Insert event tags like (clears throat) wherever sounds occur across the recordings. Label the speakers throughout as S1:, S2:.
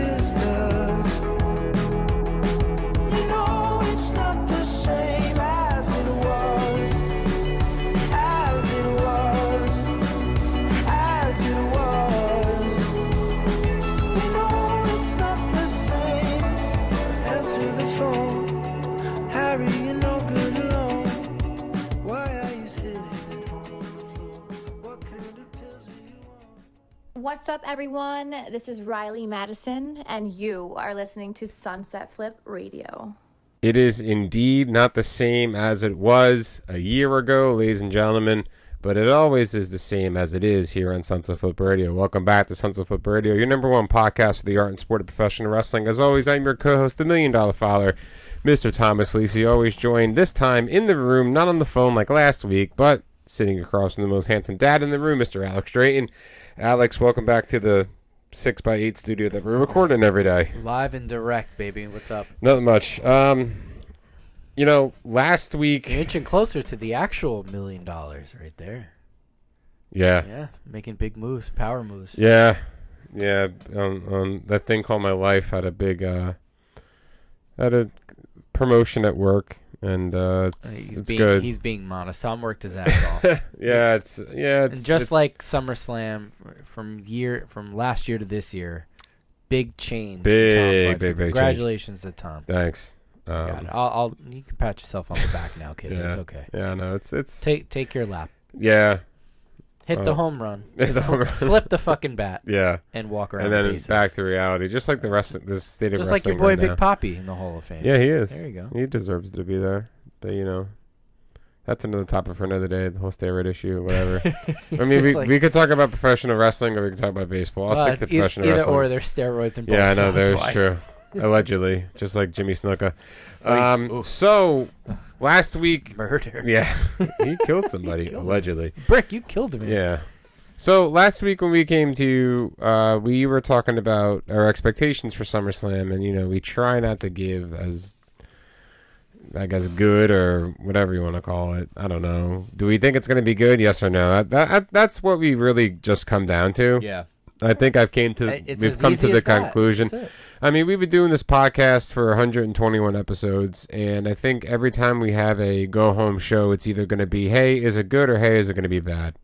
S1: sisters. You know it's not the same as it was, as it was, as it was. You know it's not the same. Answer the phone, Harry. You're no good alone. Why are you sitting at home on the floor? What kind of pills are you on?
S2: What's up, everyone? This is Riley Madison, and you are listening to Sunset Flip Radio.
S3: It is indeed not the same as it was a year ago, ladies and gentlemen, but it always is the same as it is here on Sunset Flip Radio. Welcome back to Sunset Flip Radio, your number one podcast for the art and sport of professional wrestling. As always, I'm your co host, the Million Dollar Father, Mr. Thomas Lisi, always joined this time in the room, not on the phone like last week, but sitting across from the most handsome dad in the room, Mr. Alex Drayton. Alex, welcome back to the 6x8 studio that we're recording every day.
S4: Live and direct, baby. What's up?
S3: Not much. Um, you know, last
S4: You're
S3: week,
S4: inching closer to the actual million dollars right there.
S3: yeah,
S4: Yeah, making big moves, power moves.
S3: yeah, yeah. Um, um, that thing called my life had a big, uh, had a promotion at work, and uh,
S4: Uh,
S3: it's,
S4: He's
S3: it's
S4: being
S3: good.
S4: he's being modest. Tom worked his ass off,
S3: (laughs) yeah, it's yeah, it's
S4: and just
S3: it's-
S4: like SummerSlam fr- from year from last year to this year, big change. in Tom's
S3: Big,
S4: life. So
S3: big, big change.
S4: Congratulations to Tom.
S3: thanks.
S4: Got
S3: Um,
S4: it. I'll, I'll you can pat yourself on the
S3: (laughs)
S4: back now, kid.
S3: yeah,
S4: It's okay.
S3: Yeah, no, it's it's
S4: Take take your lap.
S3: yeah,
S4: Hit the
S3: Uh,
S4: home
S3: (laughs)
S4: run.
S3: the home run.
S4: Flip the fucking bat
S3: yeah,
S4: and walk
S3: (laughs)
S4: around.
S3: and then
S4: the bases.
S3: back to reality, just like the rest of the state of
S4: just like
S3: wrestling
S4: your boy
S3: right
S4: Big
S3: now.
S4: Poppy in the Hall of Fame.
S3: Yeah, he is.
S4: There you go.
S3: He deserves to be there. But you know, that's another topic for another day. The whole steroid issue,
S4: (laughs)
S3: whatever. I mean, we,
S4: Like-
S3: we could talk about professional wrestling or we could talk about baseball. I'll
S4: Well,
S3: stick to
S4: e-
S3: professional
S4: either
S3: wrestling.
S4: or there's steroids and
S3: yeah, I know.
S4: (laughs)
S3: There's
S4: why.
S3: true. Allegedly, just like Jimmy Snuka. Um, so last week,
S4: murder.
S3: yeah, (laughs) he
S4: (laughs)
S3: killed somebody allegedly.
S4: Brick, you killed me.
S3: Yeah. So last week when we came to, uh, we were talking about our expectations for SummerSlam, and you know we try not to give as, I guess, good or whatever you want to call it. I don't know. Do we think it's going to be good? Yes or no? That, that that's what we really just come down to.
S4: yeah.
S3: I think I've came to.
S4: I- It's
S3: we've
S4: as
S3: come
S4: easy
S3: to the
S4: as that.
S3: conclusion.
S4: That's it.
S3: I mean, we've been doing this podcast for 121 episodes, and I think every time we have a go home show, it's either going to be, hey, is it good, or hey, is it going to be bad?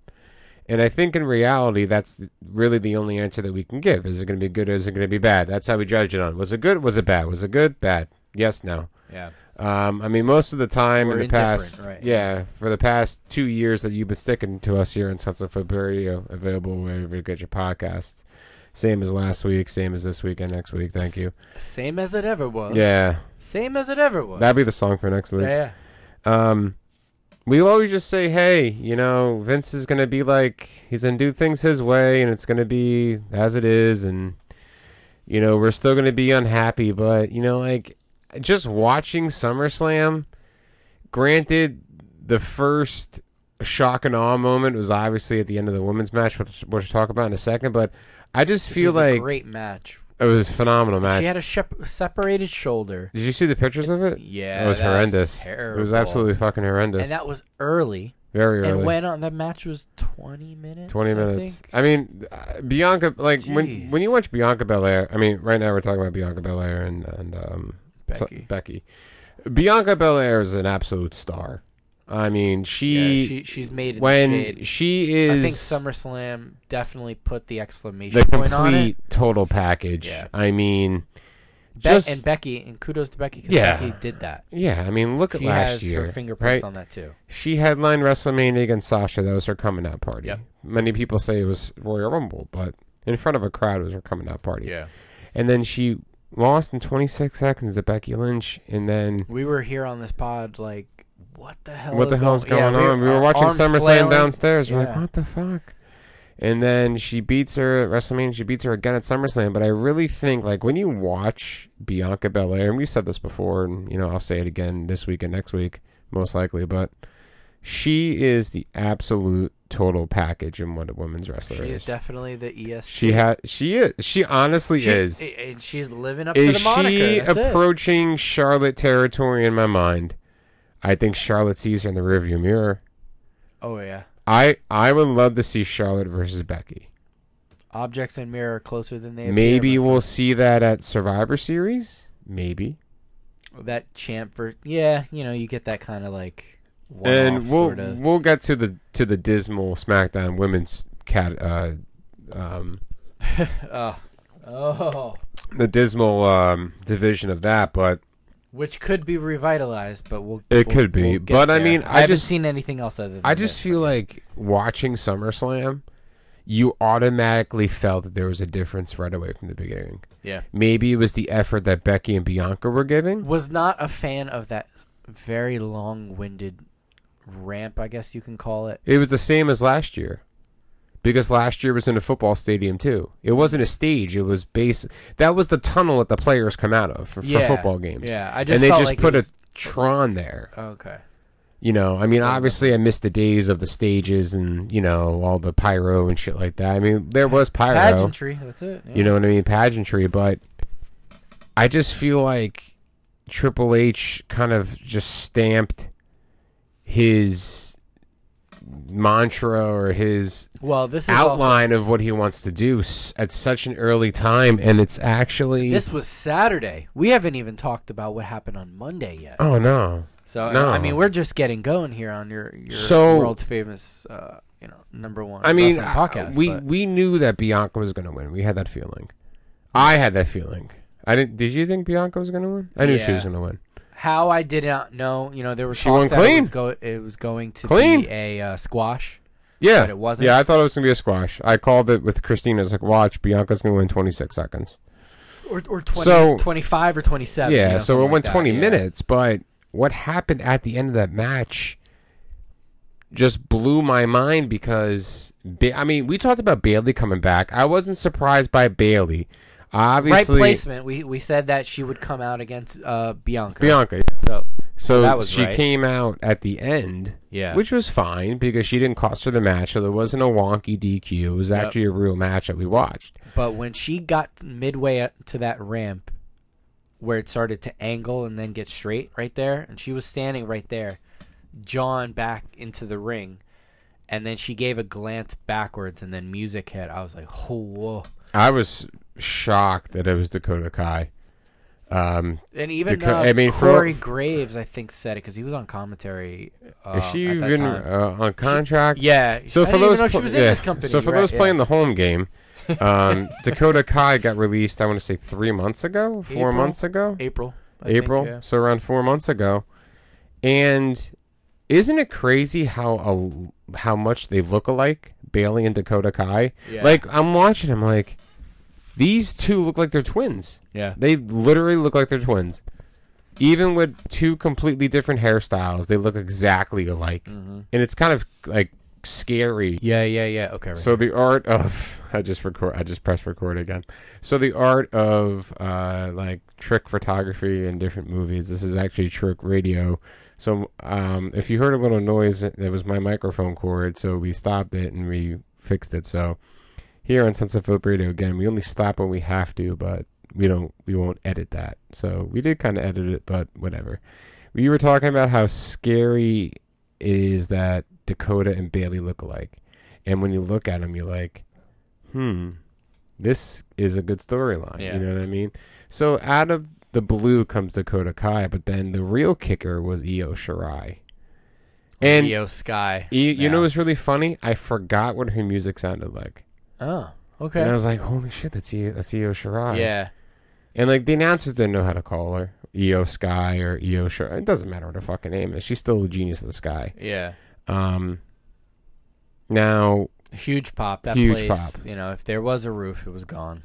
S3: And I think in reality, that's really the only answer that we can give. Is it going to be good, or is it going to be bad? That's how we judge it on. Was it good, was it bad? Was it good, bad? Yes, no.
S4: Yeah.
S3: Um, I mean, most of the time
S4: Or
S3: in the
S4: indifferent,
S3: past,
S4: right.
S3: yeah, for the past two years that you've been sticking to us here in Sunset Flip Radio, available wherever you get your podcasts. Same as last week, same as this week and next week. Thank you.
S4: Same as it ever was.
S3: Yeah,
S4: Same as it ever was.
S3: that'd be the song for next week.
S4: Yeah.
S3: Um, we always just say, hey, you know, Vince is gonna be like he's gonna do things his way, and it's gonna be as it is, and you know, we're still gonna be unhappy, but you know, like just watching SummerSlam. Granted, the first shock and awe moment was obviously at the end of the women's match, which we'll talk about in a second, but. I just
S4: Which
S3: feel
S4: was
S3: like
S4: a great match.
S3: it was a phenomenal match.
S4: She had a shep- separated shoulder.
S3: Did you see the pictures of it?
S4: Yeah,
S3: it was
S4: that was
S3: horrendous. It was
S4: terrible.
S3: absolutely fucking horrendous.
S4: And that was early.
S3: Very early.
S4: And went on. That match was 20 minutes.
S3: 20
S4: I
S3: minutes.
S4: think.
S3: I, mean, uh, Bianca, like, when
S4: Jeez.
S3: when you watch Bianca Belair, I mean, right now we're talking about Bianca Belair and, and um, so-
S4: Becky.
S3: Becky. Bianca Belair is an absolute star. I mean, she,
S4: yeah, she, she's made it
S3: when
S4: the shade.
S3: she is
S4: I think SummerSlam definitely put the exclamation
S3: the
S4: point on it.
S3: complete total package,
S4: Yeah.
S3: I mean,
S4: Be-
S3: just,
S4: and Becky, and kudos to Becky because
S3: Yeah.
S4: Becky did that.
S3: yeah, I mean, look
S4: She
S3: at last
S4: has
S3: year.
S4: her fingerprints
S3: right?
S4: on that too.
S3: She headlined WrestleMania against Sasha. That was her coming out party.
S4: Yep.
S3: Many people say it was Royal Rumble, but in front of a crowd it was her coming out party. And then she lost in 26 seconds to Becky Lynch. And then
S4: We were here on this pod like, what the hell?
S3: what the
S4: is
S3: hell is
S4: go- yeah,
S3: going on? We were
S4: our
S3: watching
S4: arms
S3: SummerSlam
S4: flailing.
S3: downstairs. We're like,
S4: Yeah.
S3: what the fuck? And then she beats her at WrestleMania. She beats her again at SummerSlam. But I really think, like, when you watch Bianca Belair, and we've said this before, and, you know, I'll say it again this week and next week, most likely, but she is the absolute total package in what a women's wrestler
S4: She
S3: is.
S4: is definitely the ES.
S3: she ha- she is. She honestly
S4: she
S3: is.
S4: i- And she's living up to
S3: Is
S4: the moniker.
S3: she
S4: That's it.
S3: approaching Charlotte territory in my mind? I think Charlotte sees her in the rearview mirror.
S4: Oh yeah.
S3: I I would love to see Charlotte versus Becky.
S4: Objects in mirror are closer than they appear,
S3: Maybe
S4: my
S3: we'll see that at Survivor Series. Maybe.
S4: friend. that champ for yeah. You know, you get that kind of like one
S3: and we'll
S4: sort of
S3: we'll get to the to the dismal SmackDown women's cat uh um
S4: (laughs) oh, oh,
S3: the dismal um division of that, but
S4: which could be revitalized, but we'll
S3: It
S4: we'll-
S3: could be,
S4: we'll get
S3: but I
S4: there.
S3: mean, I
S4: haven't
S3: just-
S4: seen anything else other. Than
S3: I just
S4: this.
S3: feel like watching SummerSlam, you automatically felt that there was a difference right away from the beginning.
S4: yeah
S3: Maybe it was the effort that Becky and Bianca were giving.
S4: was not a fan of that very long-winded ramp. I guess you can call it.
S3: It was the same as last year. Because last year was in a football stadium too. It wasn't a stage. It was base. That was the tunnel that the players come out of for,
S4: Yeah,
S3: for football games.
S4: yeah. I just
S3: and they
S4: felt
S3: just
S4: like it
S3: put
S4: was-
S3: a Tron there.
S4: Okay.
S3: You know, I mean, obviously, I missed the days of the stages and you know all the pyro and shit like that. I mean, there was pyro.
S4: Pageantry. That's it. yeah.
S3: You know what I mean? Pageantry, but I just feel like Triple H kind of just stamped his mantra or his
S4: Well, this is also-
S3: outline of what he wants to do s- at such an early time, and it's actually
S4: This was Saturday. We haven't even talked about what happened on Monday yet.
S3: oh no.
S4: So
S3: no.
S4: I mean, we're just getting going here on your your
S3: So-
S4: world's famous, uh, you know, number one.
S3: I mean,
S4: wrestling
S3: I-
S4: podcast.
S3: we
S4: but-
S3: we knew that Bianca was going to win. We had that feeling. I had that feeling. I didn't. Did you think Bianca was going to win? I knew she
S4: Yeah.
S3: was going to win.
S4: how I did not know, you know, there were
S3: She
S4: talks
S3: won
S4: that it
S3: clean.
S4: was, go, it was going to
S3: Clean.
S4: be a uh, squash.
S3: Yeah,
S4: But it wasn't?
S3: Yeah, I thought it was gonna be a squash. I called it with Christina. It's like, watch, Bianca's gonna win 26 seconds.
S4: Or, or 20,
S3: So-
S4: 25 or 27.
S3: yeah,
S4: you know,
S3: so it
S4: something
S3: went
S4: like that,
S3: 20
S4: yeah.
S3: minutes. But what happened at the end of that match just blew my mind because ba- I mean, we talked about Bailey coming back. I wasn't surprised by Bailey.
S4: Right
S3: Obviously,
S4: placement. We we said that she would come out against uh, Bianca.
S3: Bianca. yeah.
S4: So
S3: So
S4: that was
S3: she
S4: right.
S3: came out at the end,
S4: Yeah.
S3: which was fine because she didn't cost her the match, so there wasn't a wonky DQ. It was actually a real match that we watched.
S4: But when she got midway up to that ramp where it started to angle and then get straight right there, and she was standing right there, John back into the ring, and then she gave a glance backwards and then music hit. I was like, oh, whoa.
S3: I was shocked that it was Dakota Kai. Um,
S4: And even
S3: Deco-
S4: uh,
S3: I mean, for-
S4: Corey Graves, I think, said it because he was on commentary. Uh,
S3: is she
S4: at that
S3: even
S4: time.
S3: uh, on contract?
S4: yeah.
S3: So
S4: I
S3: for
S4: didn't even
S3: those,
S4: know she
S3: pl-
S4: was
S3: yeah,
S4: in this company.
S3: so for
S4: right,
S3: those
S4: yeah.
S3: playing the home
S4: (laughs)
S3: game, um, Dakota Kai got released. I want to say three months ago, four
S4: April?
S3: months ago,
S4: April, I think,
S3: April.
S4: yeah.
S3: So around four months ago, and isn't it crazy how a, how much they look alike, Bailey and Dakota Kai?
S4: Yeah.
S3: Like I'm watching, I'm like, these two look like they're twins.
S4: yeah,
S3: They literally look like they're twins. Even with two completely different hairstyles, they look exactly alike. And it's kind of like scary.
S4: yeah, yeah, yeah. Okay, right.
S3: So the art of (laughs) I just record I just press record again. So the art of uh like trick photography in different movies. This is actually trick radio. So um if you heard a little noise it was my microphone cord, so we stopped it and we fixed it. So here on Sense of Flip Radio again, we only stop when we have to, but we don't we won't edit that. So we did kind of edit it, but whatever. We were talking about how scary is that Dakota and Bailey look alike. And when you look at them, you're like, hmm, this is a good storyline.
S4: Yeah.
S3: You know what I mean? So out of the blue comes Dakota Kai, but then the real kicker was Io Shirai. And
S4: Io Sky.
S3: you, you know
S4: Yeah.
S3: what's really funny? I forgot what her music sounded like.
S4: Oh,
S3: And I
S4: okay.
S3: was like, holy shit, that's Io, that's Io Shirai.
S4: Yeah.
S3: And like the announcers didn't know how to call her. Io Sky or Io Shirai. It doesn't matter what her fucking name is. She's still the genius of the sky.
S4: Yeah.
S3: Um, now,
S4: Huge pop. That
S3: Huge
S4: place.
S3: pop.
S4: You know, if there was a roof, it was gone.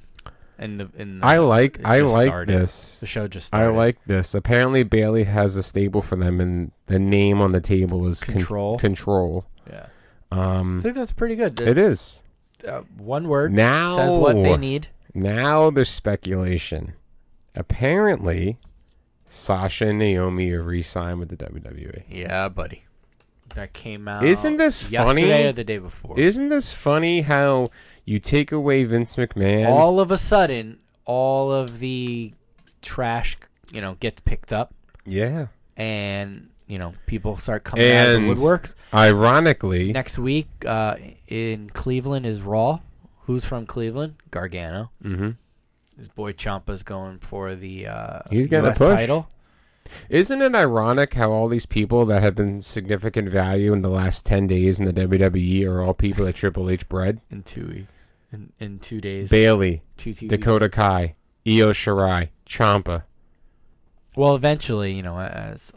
S4: And the and the,
S3: I like
S4: it
S3: I
S4: just
S3: like
S4: started.
S3: this.
S4: the show just
S3: I
S4: started.
S3: like this. Apparently, Bailey has a stable for them, and the name on the table is Con-
S4: Control.
S3: control.
S4: Yeah. I
S3: Um,
S4: think that's pretty good.
S3: it
S4: It's,
S3: is
S4: uh, one word
S3: now.
S4: says what they need.
S3: Now there's speculation. Apparently, Sasha and Naomi are re-signed with the E. WWE.
S4: Yeah, buddy. That came out.
S3: Isn't this funny?
S4: Yesterday or the day before.
S3: Isn't this funny? How you take away Vince McMahon?
S4: all of a sudden, all of the trash, you know, gets picked up,
S3: yeah.
S4: and you know, people start coming out of
S3: And-
S4: the woodworks.
S3: Ironically,
S4: Next week uh, in Cleveland is Raw. Who's from Cleveland? Gargano.
S3: Mm-hmm.
S4: His boy Ciampa's going for the uh,
S3: He's getting a
S4: US
S3: push.
S4: title.
S3: Isn't it ironic how all these people that have been significant value in the last 10 days in the WWE are all people that Triple H bred?
S4: in two weeks. In, in two days.
S3: Bailey,
S4: two, two weeks.
S3: Dakota Kai, Io Shirai, Champa.
S4: Well, eventually, you know, as,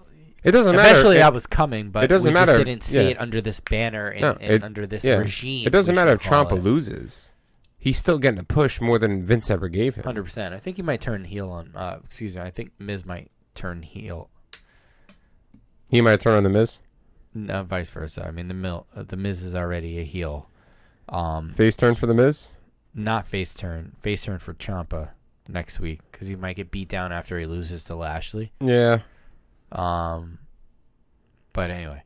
S3: It doesn't matter.
S4: eventually
S3: It-
S4: I was coming, but
S3: it doesn't
S4: we
S3: matter.
S4: just didn't see
S3: Yeah.
S4: it under this banner and,
S3: No,
S4: and
S3: it-
S4: under this
S3: yeah.
S4: regime.
S3: It doesn't
S4: we should
S3: matter if
S4: call
S3: Champa
S4: it.
S3: loses. He's still getting a push more than Vince ever gave him.
S4: Hundred percent. I think he might turn heel on. Uh, excuse me. I think Miz might turn heel.
S3: He might turn on the Miz.
S4: No, uh, vice versa. I mean, the Mil- uh, the Miz is already a heel. Um,
S3: Face turn for the Miz.
S4: not face turn. Face turn for Champa next week because he might get beat down after he loses to Lashley.
S3: Yeah.
S4: Um, but anyway,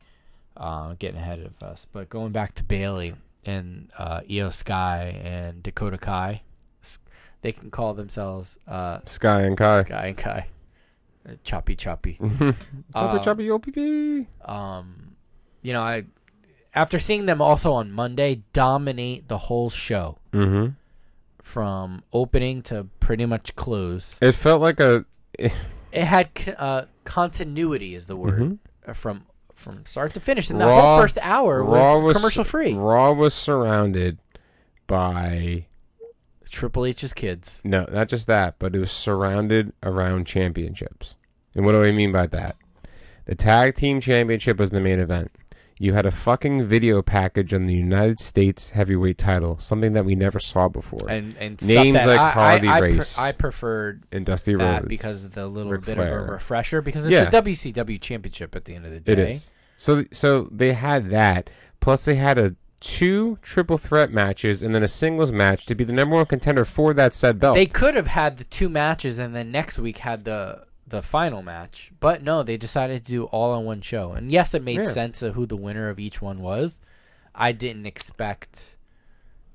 S4: uh, getting ahead of us. But going back to Bailey and uh, Io Sky and Dakota Kai, s- they can call themselves uh,
S3: Sky and Kai. (laughs)
S4: Sky and Kai. Uh, Choppy, choppy.
S3: Chopper
S4: Uh,
S3: choppy OPP.
S4: Um, you know, I after seeing them also on Monday dominate the whole show
S3: Mm-hmm.
S4: from opening to pretty much close.
S3: It felt like a.
S4: It had c- uh, continuity, is the word
S3: Mhm.
S4: uh, from from start to finish, and the
S3: Raw-
S4: whole first hour
S3: Raw
S4: was,
S3: was-
S4: commercial free.
S3: Raw was surrounded by
S4: Triple H's kids.
S3: no, not just that, but it was surrounded around championships. And what do I mean by that? The tag team championship was the main event. You had a fucking video package on the United States heavyweight title, something that we never saw before.
S4: And and
S3: Names
S4: stuff that
S3: like
S4: I,
S3: Harley
S4: I, I,
S3: Race.
S4: Pre- I preferred
S3: and Dusty
S4: that
S3: Rhodes.
S4: because of the little
S3: Ric
S4: bit
S3: Flair.
S4: of a refresher because it's
S3: Yeah.
S4: a WCW championship at the end of the day.
S3: It is. So so they had that. Plus they had a two triple threat matches and then a singles match to be the number one contender for that said belt.
S4: They could have had the two matches and then next week had the the final match, but no, they decided to do all on one show. And yes, it made
S3: Yeah.
S4: sense of who the winner of each one was. I didn't expect.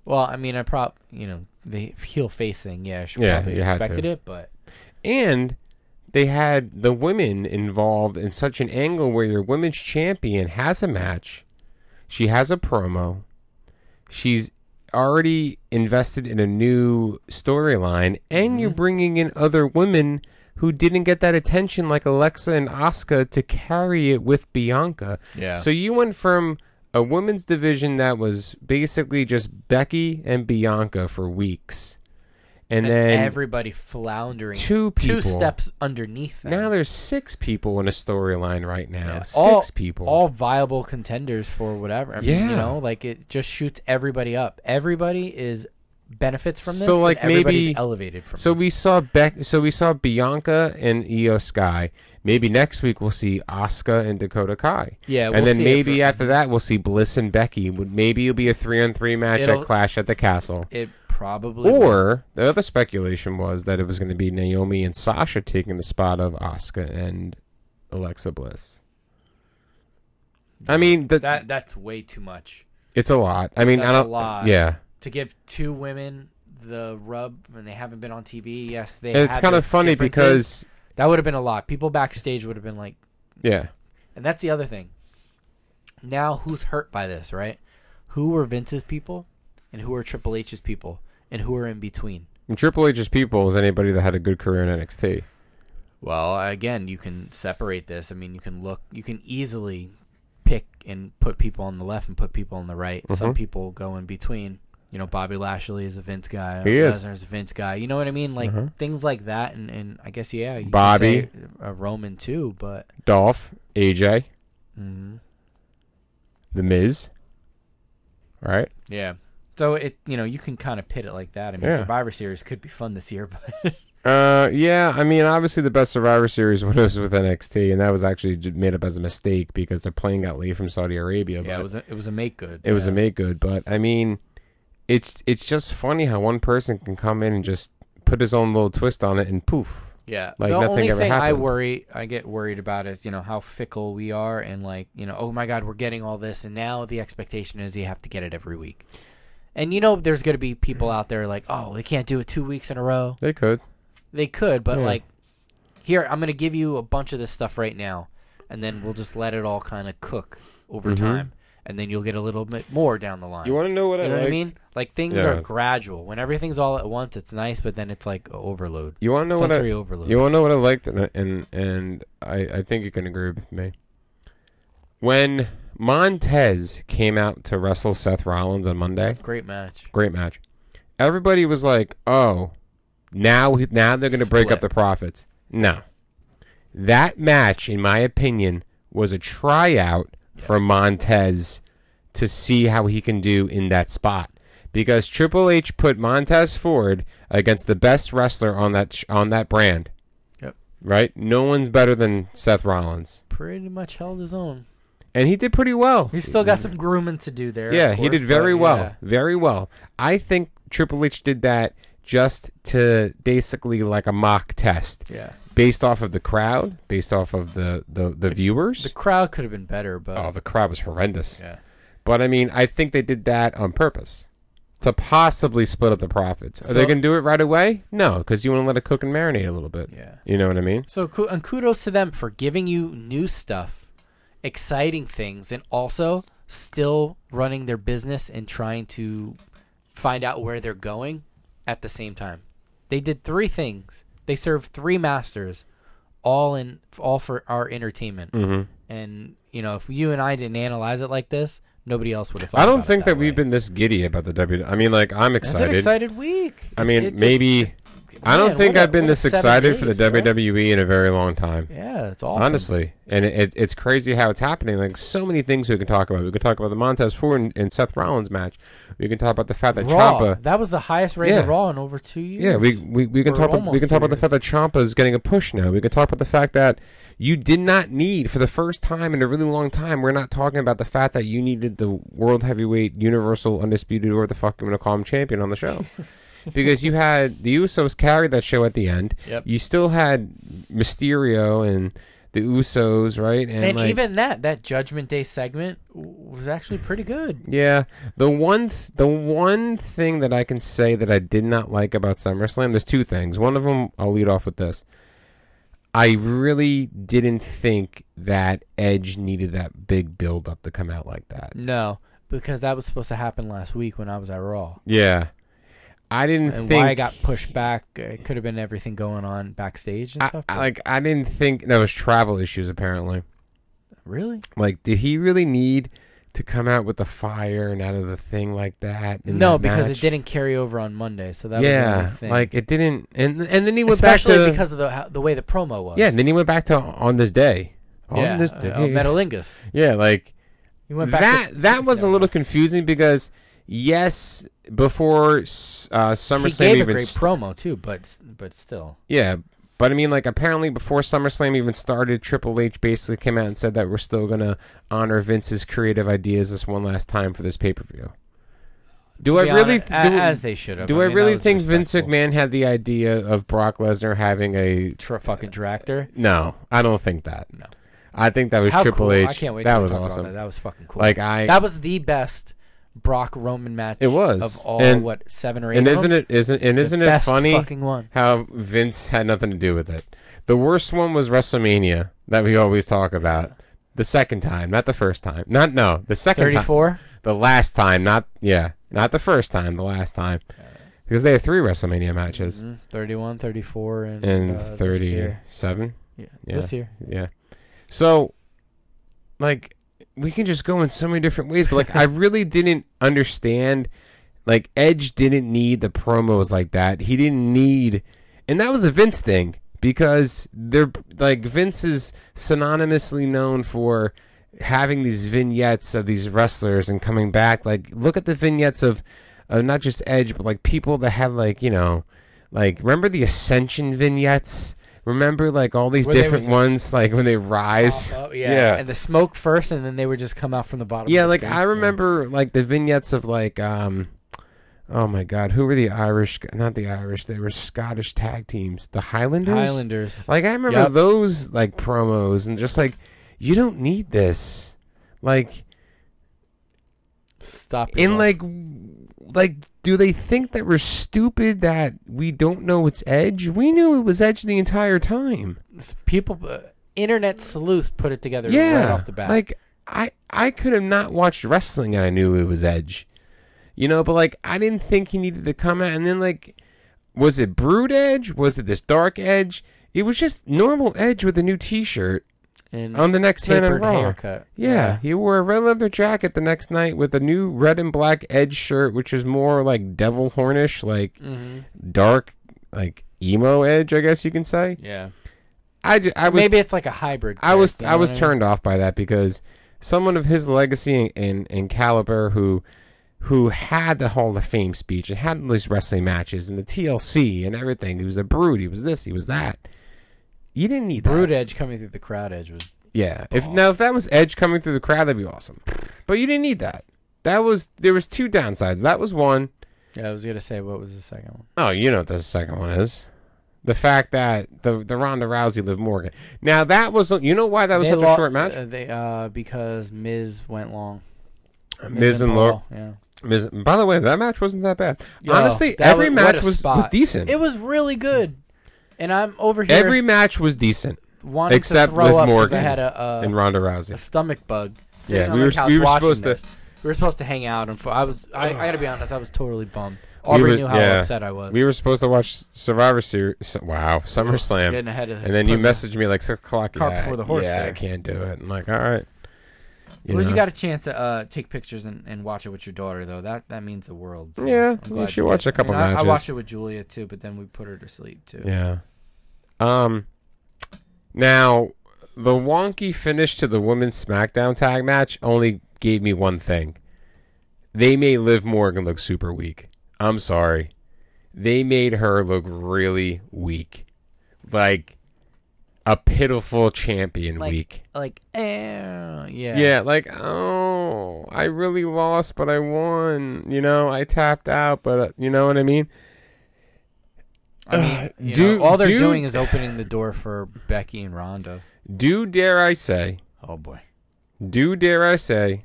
S4: Well, I mean, I prob you know the heel facing, yeah, I should
S3: Yeah,
S4: probably
S3: you had
S4: expected
S3: to.
S4: it, but
S3: and they had the women involved in such an angle where your women's champion has a match. She has a promo. She's already invested in a new storyline and
S4: Mm-hmm.
S3: you're bringing in other women who didn't get that attention like Alexa and Asuka to carry it with Bianca.
S4: yeah,
S3: So you went from a women's division that was basically just Becky and Bianca for weeks, and,
S4: and,
S3: then
S4: everybody floundering
S3: two people.
S4: two steps underneath. Them.
S3: now there's six people in a storyline right now.
S4: Yeah.
S3: Six
S4: all,
S3: people.
S4: all viable contenders for whatever. I mean,
S3: Yeah.
S4: you know, like it just shoots everybody up. Everybody is benefits from this.
S3: So,
S4: and
S3: like,
S4: everybody's
S3: maybe-
S4: elevated from.
S3: so
S4: this.
S3: we saw Beck. So we saw Bianca and Io Sky. Maybe next week we'll see Asuka and Dakota Kai.
S4: Yeah,
S3: and
S4: we'll
S3: then
S4: see it
S3: maybe
S4: for-
S3: after that we'll see Bliss and Becky. Would- Maybe it'll be a three on three match
S4: It'll-
S3: at Clash at the Castle.
S4: it probably will.
S3: Or the other speculation was that it was going to be Naomi and Sasha taking the spot of Asuka and Alexa Bliss. I mean, the,
S4: that that's way too much
S3: it's a lot. I mean, I
S4: That's a
S3: don't.
S4: lot.
S3: Yeah,
S4: to give two women the rub when they haven't been on TV. Yes, they.
S3: it's
S4: had
S3: kind
S4: their
S3: of funny
S4: differences.
S3: because
S4: that would have been a lot. People backstage would have been like,
S3: yeah,
S4: and that's the other thing. Now who's hurt by this, right? Who were Vince's people, and who are Triple H's people, and who are in between?
S3: and Triple H's people is anybody that had a good career in NXT.
S4: Well, again, you can separate this. I mean, you can look, you can easily pick and put people on the left and put people on the right.
S3: Mm-hmm.
S4: Some people go in between. You know, Bobby Lashley is a Vince guy.
S3: He is. Mm-hmm.
S4: Lesnar is a Vince guy. You know what I mean? Like things like that. And, and I guess yeah, you could
S3: Bobby.
S4: say, uh, Roman too. But
S3: Dolph, AJ,
S4: Mm-hmm.
S3: The Miz. Right.
S4: yeah, so it you know you can kind of pit it like that. I mean,
S3: Yeah.
S4: Survivor Series could be fun this year, (laughs) but
S3: Uh, yeah. I mean, obviously, the best Survivor Series (laughs) was with NXT, and that was actually j- made up as a mistake because the plane got late from Saudi Arabia.
S4: yeah,
S3: but
S4: it was a, it was a make good.
S3: it was
S4: yeah.
S3: a make good but i mean it's it's just funny how one person can come in and just put his own little twist on it and poof
S4: Yeah.
S3: Like,
S4: the
S3: nothing
S4: only
S3: ever
S4: thing I
S3: happened.
S4: worry, I get worried about is, you know, how fickle we are and like, you know, oh my God, we're getting all this. And now the expectation is you have to get it every week. And you know, there's going to be people out there like, oh, they can't do it two weeks in a row.
S3: they could
S4: They could, but
S3: Yeah.
S4: like, here, I'm going to
S3: Mm-hmm.
S4: give you a bunch of this stuff right now. And then we'll just let it all kind of cook over time. and then you'll get a little bit more down the line.
S3: You want to know what I
S4: You know what
S3: liked?
S4: I mean? Like things
S3: Yeah.
S4: are gradual. When everything's all at once, it's nice, but then it's like overload.
S3: You want to know what I
S4: Sensory overload.
S3: you want to know what I liked, and I- and and I I think you can agree with me. When Montez came out to wrestle Seth Rollins on Monday,
S4: Great match.
S3: great match. Everybody was like, "Oh, now now they're going to break up
S4: Split.
S3: the profits." No, that match, in my opinion, was a tryout for Montez to see how he can do in that spot because Triple H put Montez Ford against the best wrestler on that sh- on that brand.
S4: Yep.
S3: Right? No one's better than Seth Rollins,
S4: Pretty much held his own.
S3: and he did pretty well.
S4: He's still got some grooming to do there. of
S3: Yeah, he
S4: course,
S3: did very
S4: but
S3: well.
S4: yeah.
S3: Very well. I think Triple H did that just to basically like a mock test
S4: Yeah.
S3: based off of the crowd, based off of the the, the viewers.
S4: The crowd could have been better, but
S3: oh, the crowd was horrendous.
S4: yeah.
S3: But I mean, I think they did that on purpose to possibly split up the profits. Are they
S4: So-
S3: going to do it right away? No, because you want to let it cook and marinate a little bit.
S4: Yeah.
S3: You know what I mean?
S4: So ku- and kudos to them for giving you new stuff, exciting things, and also still running their business and trying to find out where they're going at the same time. They did three things. They served three masters, all in all for our entertainment.
S3: Mm-hmm.
S4: And you know, if you and I didn't analyze it like this, nobody else would have. Thought
S3: I don't
S4: about it
S3: think that, we've
S4: way.
S3: been this giddy about the W. I mean, like I'm
S4: That's an
S3: excited.
S4: excited week.
S3: I mean,
S4: It's a-
S3: maybe. I
S4: Man,
S3: don't think
S4: what a-
S3: I've been
S4: what a
S3: this
S4: seven
S3: excited for the
S4: days, bro.
S3: WWE in a very long time.
S4: Yeah, it's awesome.
S3: Honestly, and it, it, it's crazy how it's happening. Like so many things we can talk about. We can talk about the Montez Ford and, and Seth Rollins match. We can talk about the fact that
S4: Raw.
S3: Champa.
S4: That was the highest rated
S3: Yeah.
S4: Raw in over two years.
S3: Yeah, we, we, we can
S4: Or
S3: talk about we
S4: almost
S3: can talk
S4: two
S3: about the fact that Champa is getting a push now. We can talk about the fact that you did not need for the first time in a really long time. We're not talking about the fact that you needed the world heavyweight, universal, undisputed, or the fuck you want to call him champion on the
S4: (laughs)
S3: show. because you had the Usos carried that show at the end.
S4: Yep.
S3: You still had Mysterio and the Usos, right?
S4: and
S3: like,
S4: even that that Judgment Day segment w- was actually pretty good.
S3: yeah, the one th- the one thing that I can say that I did not like about SummerSlam, there's two things. One of them, I'll lead off with this. I really didn't think that Edge needed that big build up to come out like that.
S4: No, because that was supposed to happen last week when I was at Raw,
S3: Yeah, I didn't
S4: and
S3: think
S4: why I got pushed back. uh, It could have been everything going on backstage and
S3: I-
S4: stuff.
S3: I,
S4: but
S3: like I didn't think that was travel issues apparently.
S4: really?
S3: Like, did he really need to come out with the fire and out of the thing like that? in
S4: No,
S3: that
S4: because
S3: match?
S4: it didn't carry over on Monday, so that was the
S3: yeah,
S4: only thing.
S3: like it didn't, and and then he went
S4: especially
S3: back to
S4: because of the how, the way the promo was.
S3: yeah, and then he went back to on this day. On
S4: yeah,
S3: this
S4: uh,
S3: day.
S4: uh, Metalingus.
S3: yeah, like
S4: He went back.
S3: that.
S4: to,
S3: that was a
S4: Yeah.
S3: little confusing because yes, before s- uh,
S4: He
S3: SummerSlam
S4: gave a
S3: even
S4: great
S3: s-
S4: promo too, but but still.
S3: Yeah, but I mean, like, apparently before SummerSlam even started, Triple H basically came out and said that we're still going to honor Vince's creative ideas this one last time for this pay per view. Do I
S4: be
S3: really
S4: honest,
S3: do,
S4: a- as they should have.
S3: do
S4: I
S3: I,
S4: mean, that
S3: really
S4: was
S3: think Vince
S4: respectful.
S3: McMahon had the idea of Brock Lesnar having a
S4: Tr- fucking director?
S3: no? I don't think that.
S4: No.
S3: I think that was
S4: How
S3: Triple
S4: cool.
S3: H.
S4: I can't wait
S3: that
S4: till we
S3: was
S4: talk about
S3: awesome.
S4: that. That was fucking cool.
S3: Like I
S4: that was the best Brock Roman match.
S3: It was.
S4: of all
S3: And-
S4: what seven or eight.
S3: and
S4: of
S3: isn't
S4: them?
S3: it isn't and
S4: The
S3: isn't it
S4: best
S3: funny
S4: Fucking one.
S3: how Vince had nothing to do with it. The worst one was WrestleMania that we always talk about. The second time, not the first time. Not no, the second time.
S4: Thirty-four.
S3: The last time, not yeah, not the first time, the last time. Because they had three WrestleMania matches
S4: Mhm. 31, 34, and,
S3: and
S4: uh, This year.
S3: 37.
S4: Yeah.
S3: Yeah.
S4: This year.
S3: Yeah. So, like, we can just go in so many different ways, but like, I really didn't understand. Like, Edge didn't need the promos like that. He didn't need, and that was a Vince thing because they're like Vince is synonymously known for having these vignettes of these wrestlers and coming back. Like, look at the vignettes of, of not just Edge, but like people that had like you know, like remember the Ascension vignettes. Remember like all these
S4: Where they
S3: different
S4: would
S3: ones,
S4: just
S3: like when they rise.
S4: Pop up, yeah.
S3: Yeah.
S4: And the smoke first, and then they would just come out from the bottom.
S3: Yeah,
S4: of the
S3: like
S4: screen.
S3: I remember like the vignettes of like um oh my god, who were the Irish not the Irish, they were Scottish tag teams. The Highlanders.
S4: Highlanders.
S3: Like I remember
S4: Yep.
S3: those like promos and just like you don't need this. Like
S4: Stop.
S3: in
S4: yourself.
S3: like like do they think that we're stupid that we don't know it's Edge? We knew it was Edge the entire time.
S4: S- people, uh, internet sleuths put it together
S3: yeah.
S4: right off the bat.
S3: Like I I could have not watched wrestling and I knew it was Edge. You know, but like I didn't think he needed to come out and then like was it Brood Edge? Was it this dark edge? It was just normal edge with a new t shirt
S4: And
S3: on the next night on
S4: tapered
S3: Raw.
S4: haircut.
S3: Yeah, he wore a red leather jacket the next night with a new red and black edge shirt, which is more like devil hornish, like
S4: Mm. Mm-hmm.
S3: dark, like emo edge, I guess you can say.
S4: Yeah.
S3: I, ju- I was
S4: Maybe it's like a hybrid.
S3: I was
S4: character, you
S3: I
S4: know
S3: was
S4: what mean?
S3: turned off by that because someone of his legacy and, and, and caliber who who had the Hall of Fame speech and had these wrestling matches and the TLC and everything. He was a brood. He was this. He was that. You didn't need that.
S4: Brood Edge coming through the crowd edge was
S3: Yeah. If now if that was Edge coming through the crowd, that'd be awesome. But you didn't need that. That was there was two downsides. That was one.
S4: Yeah, I was gonna say what was the second one?
S3: Oh, you know what the second one is. The fact that the the Ronda Rousey Liv Morgan. Now that was you know why that was
S4: They
S3: such a
S4: lo-
S3: short match.
S4: uh, they uh because Miz went long.
S3: Miz and Laura.
S4: Paul, Yeah.
S3: Miz- By the way, that match wasn't that bad.
S4: Yo,
S3: Honestly,
S4: that
S3: every
S4: was- what
S3: match
S4: a
S3: was, was
S4: spot.
S3: decent.
S4: It was really good. And I'm over here
S3: every match was decent,
S4: wanting
S3: except
S4: to throw
S3: with
S4: up 'cause
S3: Morgan
S4: I had a, a,
S3: and Ronda
S4: a
S3: Rousey.
S4: stomach bug. Sitting
S3: Yeah,
S4: on
S3: we
S4: the
S3: were-
S4: couch
S3: we were
S4: watching
S3: supposed to-
S4: this. We were supposed to hang out, and for, I was. I, I gotta be honest. I was totally bummed. Aubrey
S3: were-
S4: knew how
S3: yeah.
S4: upset I was.
S3: We were supposed to watch Survivor Series. Wow, SummerSlam,
S4: Getting ahead of
S3: and then you
S4: putting the-
S3: messaged me like six o'clock.
S4: Cart
S3: yeah,
S4: before the horse
S3: Yeah, I
S4: there.
S3: can't do it. I'm like, all right.
S4: At least you
S3: know.
S4: got a chance to uh, take pictures and, and watch it with your daughter, though. That that means the world. so
S3: Yeah,
S4: I'm
S3: you
S4: glad
S3: should watch
S4: did.
S3: a couple
S4: I, I
S3: matches.
S4: watched it with Julia too, but then we put her to sleep too.
S3: Yeah. Um. Now, the wonky finish to the women's SmackDown tag match only gave me one thing. They made Liv Morgan look super weak. I'm sorry. They made her look really weak. Like a pitiful champion
S4: Like,
S3: weak.
S4: Like, eh, yeah,
S3: Yeah, like, oh, I really lost, but I won. You know, I tapped out, but uh, you know what I mean?
S4: I mean,
S3: (sighs)
S4: you
S3: Do-
S4: know, all they're
S3: do-
S4: doing is opening the door for Becky and Ronda.
S3: Do dare I say,
S4: Oh boy,
S3: do dare I say,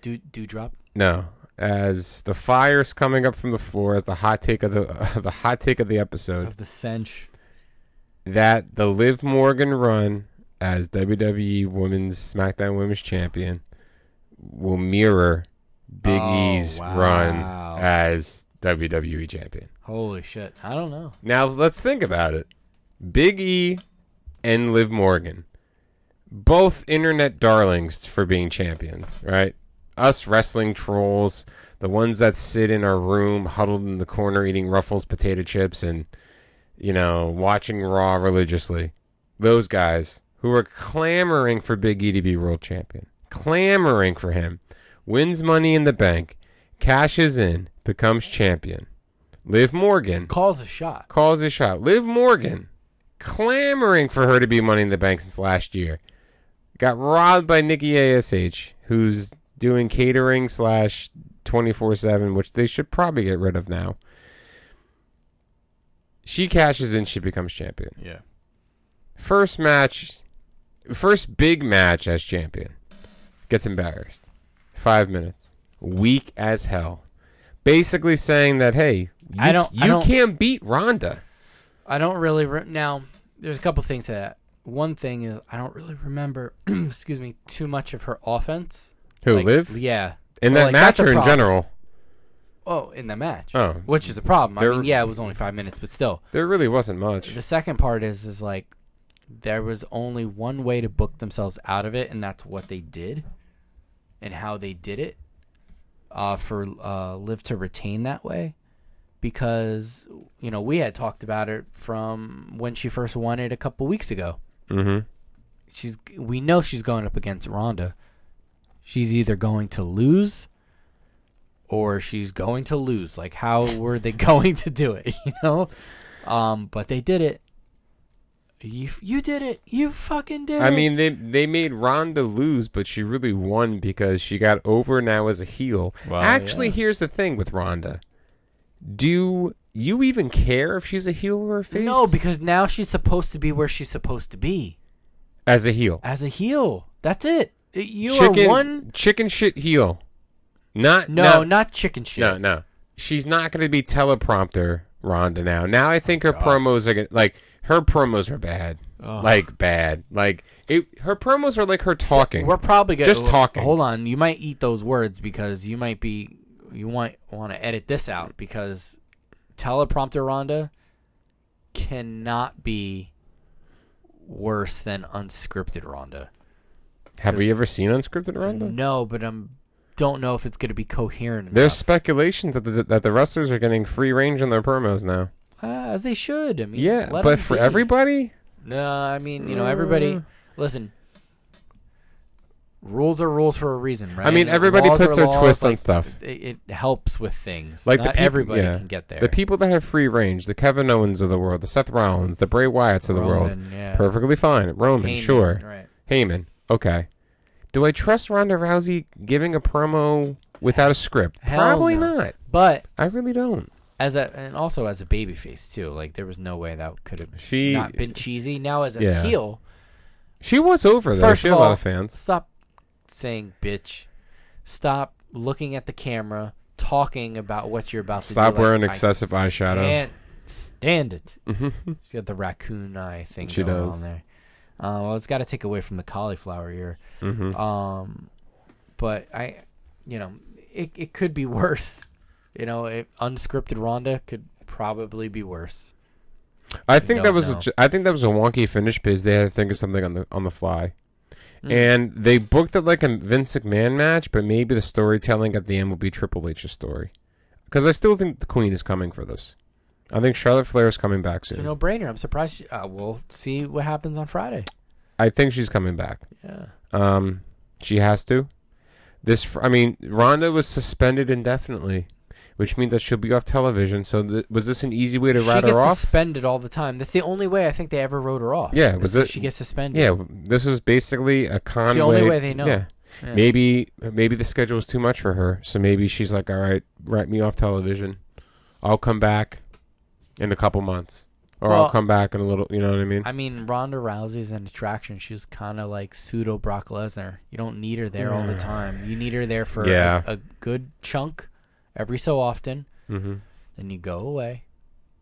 S4: do do drop.
S3: No. As the fire's coming up from the floor, as the hot take of the (laughs) the hot take of the episode,
S4: of the cinch.
S3: that the Liv Morgan run as WWE Women's SmackDown Women's Champion will mirror Big
S4: Oh,
S3: E's
S4: wow.
S3: run as WWE Champion.
S4: Holy shit! I don't know.
S3: Now let's think about it. Big E and Liv Morgan, both internet darlings for being champions, right? Us wrestling trolls, the ones that sit in our room huddled in the corner eating Ruffles potato chips and you know, watching Raw religiously. Those guys who are clamoring for Big E to be world champion, clamoring for him, wins money in the bank, cashes in, becomes champion. Liv Morgan
S4: Calls a shot.
S3: calls a shot. Liv Morgan, clamoring for her to be Money in the Bank since last year, got robbed by Nikki Ash, who's doing catering slash twenty four seven, which they should probably get rid of now. She cashes in, she becomes champion.
S4: Yeah.
S3: First match, first big match as champion, gets embarrassed. Five minutes, weak as hell. Basically saying that, hey, you,
S4: I don't-
S3: you
S4: I don't-
S3: can't beat Ronda.
S4: I don't really re- now. There's a couple things to that. One thing is I don't really remember. (clears throat) excuse me, too much of her offense.
S3: Who
S4: Like,
S3: live
S4: Yeah.
S3: in
S4: So,
S3: that
S4: like, that's
S3: match or
S4: a
S3: in
S4: problem.
S3: general?
S4: Oh, in the match.
S3: Oh.
S4: Which is a problem. I
S3: There-
S4: mean, yeah, it was only five minutes, but still.
S3: There really wasn't much.
S4: The second part is is like there was only one way to book themselves out of it, and that's what they did, and how they did it. Uh, for uh, Liv to retain that way, because you know we had talked about it from when she first won it a couple weeks ago.
S3: Mm-hmm.
S4: she's we know she's going up against Ronda. She's either going to lose or she's going to lose.
S3: (laughs)
S4: Like how were they going to do it, (laughs) you know? Um but they did it. You you did it. You fucking did
S3: I
S4: it.
S3: mean, they they made Ronda lose, but she really won because she got over now as a heel.
S4: Wow,
S3: Actually,
S4: yeah.
S3: here's the thing with Ronda: Do you even care if she's a heel or a face?
S4: no, because now she's supposed to be where she's supposed to be
S3: as a heel,
S4: as a heel. That's it. You
S3: chicken
S4: are one
S3: chicken shit heel. Not
S4: No,
S3: not
S4: not chicken shit.
S3: no no. She's not going to be teleprompter Ronda now. Now I think her promos are gonna, like her promos are bad,
S4: Ugh.
S3: like bad. Like it, her promos are like her talking.
S4: We're probably gonna
S3: Just talking.
S4: Hold on, you might eat those words because you might be you might want to edit this out because teleprompter Rhonda cannot be worse than unscripted Rhonda.
S3: Have we ever seen unscripted Ronda?
S4: No, but I'm don't know if it's gonna be coherent.
S3: There's
S4: enough.
S3: speculations that the, that the wrestlers are getting free range on their promos now.
S4: Ah, as they should. I mean,
S3: Yeah,
S4: let
S3: but
S4: 'em
S3: for
S4: be.
S3: everybody,
S4: no, I mean you know everybody. Listen. Rules are rules for a reason, right?
S3: I mean,
S4: And
S3: everybody
S4: laws
S3: puts
S4: are
S3: their
S4: laws,
S3: twist on
S4: like,
S3: stuff.
S4: it, it helps with things.
S3: Like
S4: Like
S3: the
S4: not
S3: peop-
S4: everybody
S3: yeah.
S4: can get there.
S3: The people that have free range, the Kevin Owens of the world, the Seth Rollins, the Bray Wyatts of the world,
S4: Roman, yeah.
S3: perfectly fine. Roman,
S4: Heyman,
S3: sure.
S4: Right.
S3: Heyman, okay. Do I trust Ronda Rousey giving a promo without a script?
S4: Hell
S3: Probably
S4: no.
S3: not.
S4: But
S3: I really don't.
S4: as a and also as a babyface too, like there was no way that could have
S3: She-
S4: not been cheesy. Now as a
S3: Yeah.
S4: heel,
S3: She was over though.
S4: first
S3: she
S4: of
S3: had
S4: all,
S3: a lot of fans.
S4: stop saying bitch. Stop looking at the camera, talking about what you're about to do.
S3: Stop
S4: Like,
S3: wearing
S4: I
S3: excessive (laughs) eyeshadow. Mm-hmm.
S4: Can't stand it. She's got the raccoon eye thing
S3: She
S4: going
S3: does.
S4: on there. Uh, well, it's got to take away from the cauliflower ear.
S3: Mhm.
S4: Um, but I, you know, it it could be (laughs) worse. You know, it, unscripted Rhonda could probably be worse.
S3: I think that
S4: don't
S3: was a
S4: know.
S3: j- I think that was a wonky finish because they had to think of something on the on the fly,
S4: Mm.
S3: and they booked it like a Vince McMahon match, but maybe the storytelling at the end will be Triple H's story, because I still think the Queen is coming for this. I think Charlotte Flair is coming back
S4: It's a
S3: soon.
S4: no brainer. I'm surprised. She, uh, we'll see what happens on Friday.
S3: I think she's coming back.
S4: Yeah.
S3: Um, she has to. This, fr- I mean, Ronda was suspended indefinitely, which means that she'll be off television. So th- was this an easy way to
S4: She
S3: rat
S4: gets
S3: her off?
S4: suspended all the time. That's the only way I think they ever wrote her off.
S3: Yeah,
S4: is
S3: was
S4: that
S3: it-
S4: She gets suspended.
S3: yeah, this is basically a con.
S4: the only way they know.
S3: Yeah.
S4: Yeah.
S3: Maybe maybe the schedule was too much for her, so maybe she's like, "All right, write me off television. I'll come back in a couple months, or I'll
S4: Well-
S3: come back in a little." You know what I mean?
S4: I mean, Ronda Rousey's an attraction. She was kind of like pseudo Brock Lesnar. You don't need her there all the time. You need her there for a-
S3: Yeah.
S4: a, good chunk every so often.
S3: mm-hmm.
S4: Then you go away,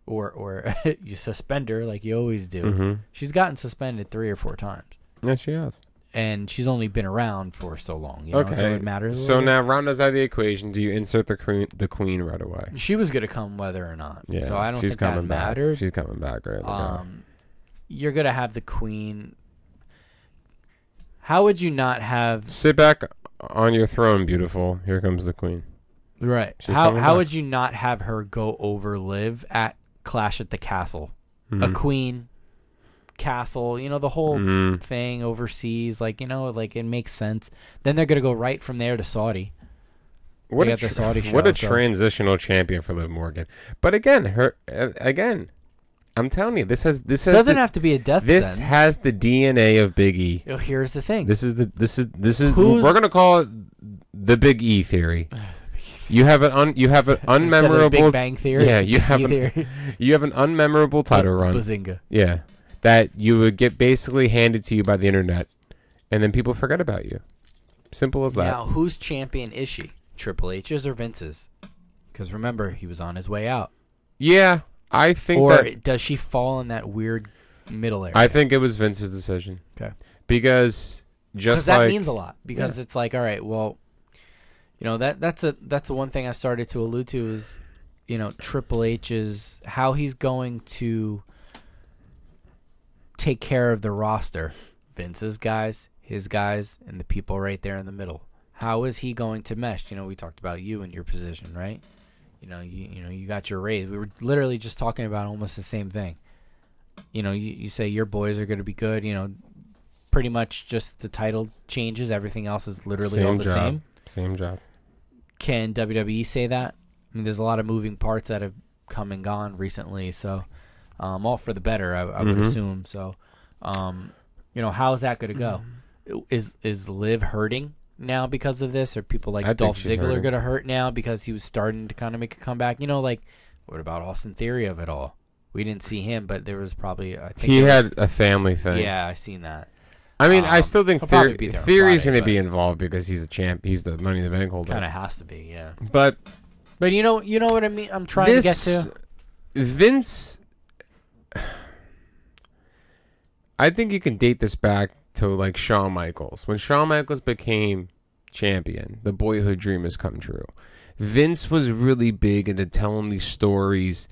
S4: or or (laughs) you suspend her like you always do.
S3: Mhm.
S4: She's gotten suspended three or four times,
S3: Yeah, she has.
S4: and she's only been around for so long. You know?
S3: okay,
S4: so it matters. a
S3: So
S4: little bit.
S3: now Ronda's out of the equation. Do you insert the queen, the queen right away?
S4: she was gonna come whether or not.
S3: Yeah,
S4: so I don't
S3: she's
S4: think that
S3: coming back.
S4: mattered.
S3: She's coming back, right? now.
S4: Um, you're gonna have the queen. How would you not have
S3: Sit back on your throne, beautiful. Here comes the queen.
S4: Right.
S3: She's
S4: how
S3: coming
S4: how
S3: back.
S4: would you not have her go over live at Clash at the Castle?
S3: Mm-hmm.
S4: A queen castle, you know, the whole
S3: Mm.
S4: thing overseas, like, you know, like it makes sense. Then they're gonna go right from there to Saudi.
S3: What a,
S4: They got the
S3: tr-
S4: Saudi
S3: what
S4: show,
S3: a
S4: so-
S3: transitional champion for Liv Morgan. But again, her uh, again, I'm telling you, this has this has
S4: Doesn't
S3: the,
S4: have to be a death
S3: this
S4: sentence.
S3: has the DNA of Big E.
S4: You know, here's the thing.
S3: This is the this is this is
S4: Who's-
S3: we're gonna call it the Big E
S4: (sighs)
S3: theory. You have an un, you have an
S4: (laughs) Instead of
S3: unmemorable
S4: Big Bang Theory.
S3: Yeah,
S4: it's (laughs)
S3: you
S4: Big E
S3: have an-
S4: theory.
S3: you have an unmemorable title run.
S4: Bazinga.
S3: Yeah. That you would get basically handed to you by the internet and then people forget about you. Simple as that.
S4: Now, whose champion is she? Triple H's or Vince's? Because remember, he was on his way out.
S3: Yeah. I think
S4: Or
S3: that,
S4: does she fall in that weird middle area?
S3: I think it was Vince's decision.
S4: okay.
S3: Because
S4: because
S3: just
S4: that
S3: like
S4: means a lot. Because it's like, all right, well, you know that that's a that's the one thing I started to allude to is, you know, Triple H is how he's going to take care of the roster, Vince's guys, his guys, and the people right there in the middle. How is he going to mesh? You know, we talked about you and your position, right? You know, you you know, you got your raise. We were literally just talking about almost the same thing. You know, you, you say your boys are going to be good. You know, pretty much just the title changes. Everything else is literally all the
S3: job.
S4: same.
S3: Same job.
S4: Can WWE say that? I mean, there's a lot of moving parts that have come and gone recently. So, um, all for the better, I, I would
S3: Mhm.
S4: assume. So, um, you know, how is that going to go? Is is Liv hurting now because of this? Are people like
S3: I think
S4: Dolph
S3: she's
S4: Ziggler
S3: hurting.
S4: going to hurt now because he was starting to kind of make a comeback? You know, like what about Austin Theory of it all? We didn't see him, but there was probably I think
S3: He
S4: there
S3: had a family
S4: was-
S3: thing.
S4: yeah, I seen that.
S3: I mean, I
S4: Um,
S3: still think
S4: he'll probably
S3: Theory,
S4: be there on
S3: Theory's
S4: Friday,
S3: going to be involved because he's a champ. He's the money in the bank holder.
S4: Kind of has to be, yeah.
S3: But
S4: But you know, you know what I mean. I'm trying
S3: this
S4: to get to.
S3: Vince, I think you can date this back to like Shawn Michaels. When Shawn Michaels became champion, the boyhood dream has come true. Vince was really big into telling these stories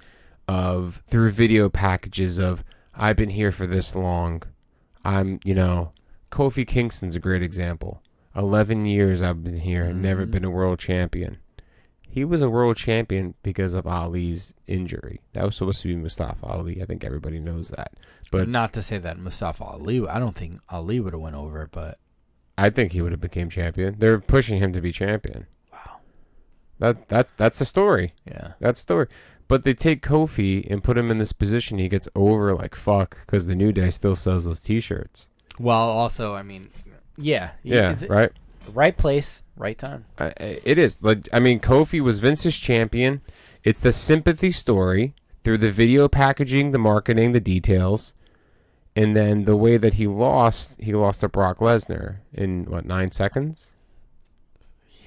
S3: of through video packages of I've been here for this long. I'm, you know, Kofi Kingston's a great example. 11 years I've been here and never been a world champion. He was a world champion because of Ali's injury. That was supposed to be Mustafa Ali. I think everybody knows that. But
S4: Not to say that Mustafa Ali, I don't think Ali would have went over, but
S3: I think he would have became champion. They're pushing him to be champion. Wow. That that's that's the story.
S4: yeah,
S3: That's the story. But they take Kofi and put him in this position. He gets over like fuck because the New Day still sells those T-shirts.
S4: Well, also, I mean, yeah,
S3: Yeah,
S4: Is it-
S3: right.
S4: right place, right time.
S3: I- I- it is. Like, I mean, Kofi was Vince's champion. It's the sympathy story through the video packaging, the marketing, the details, and then the way that he lost. He lost to Brock Lesnar in what nine seconds?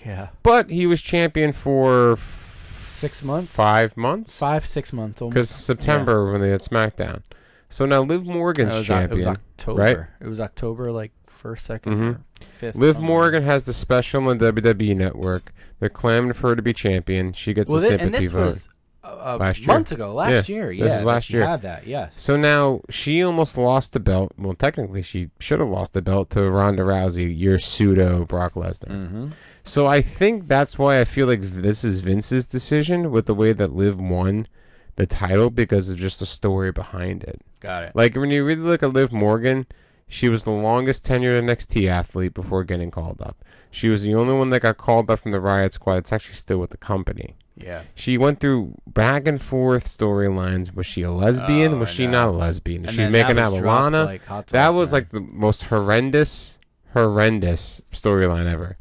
S4: Yeah,
S3: But he was champion for
S4: six months, five,
S3: five months
S4: six months, almost.
S3: because September when they had SmackDown. So now Liv Morgan's
S4: It was,
S3: champion.
S4: it was October.
S3: right? Mm-hmm.
S4: It was October, like first, 2nd or fifth.
S3: Liv
S4: something.
S3: Morgan has the special on the WWE Network. They're clamoring for her to be champion. She gets
S4: Well,
S3: the
S4: thi-
S3: sympathy
S4: and this
S3: vote.
S4: was uh,
S3: Last year.
S4: months ago, last
S3: Yeah,
S4: year.
S3: this
S4: Yeah,
S3: was
S4: that
S3: last
S4: she
S3: year.
S4: Had that, yes.
S3: So now she almost lost the belt. Well, technically, she should have lost the belt to Ronda Rousey, your pseudo Brock Lesnar.
S4: Mm-hmm.
S3: So I think that's why I feel like this is Vince's decision with the way that Liv won the title because of just the story behind it.
S4: Got it.
S3: Like when you really look at Liv Morgan, she was the longest tenured NXT athlete before getting called up. She was the only one that got called up from the Riot Squad. It's actually still with the company.
S4: Yeah.
S3: She went through back and forth storylines. Was she a lesbian?
S4: Oh,
S3: was
S4: I
S3: she
S4: know.
S3: not a lesbian? Is
S4: And
S3: she
S4: then
S3: making
S4: that
S3: out
S4: was
S3: with
S4: dropped,
S3: Lana?
S4: like, hot to
S3: that
S4: last
S3: was
S4: night.
S3: like the most horrendous, horrendous storyline ever.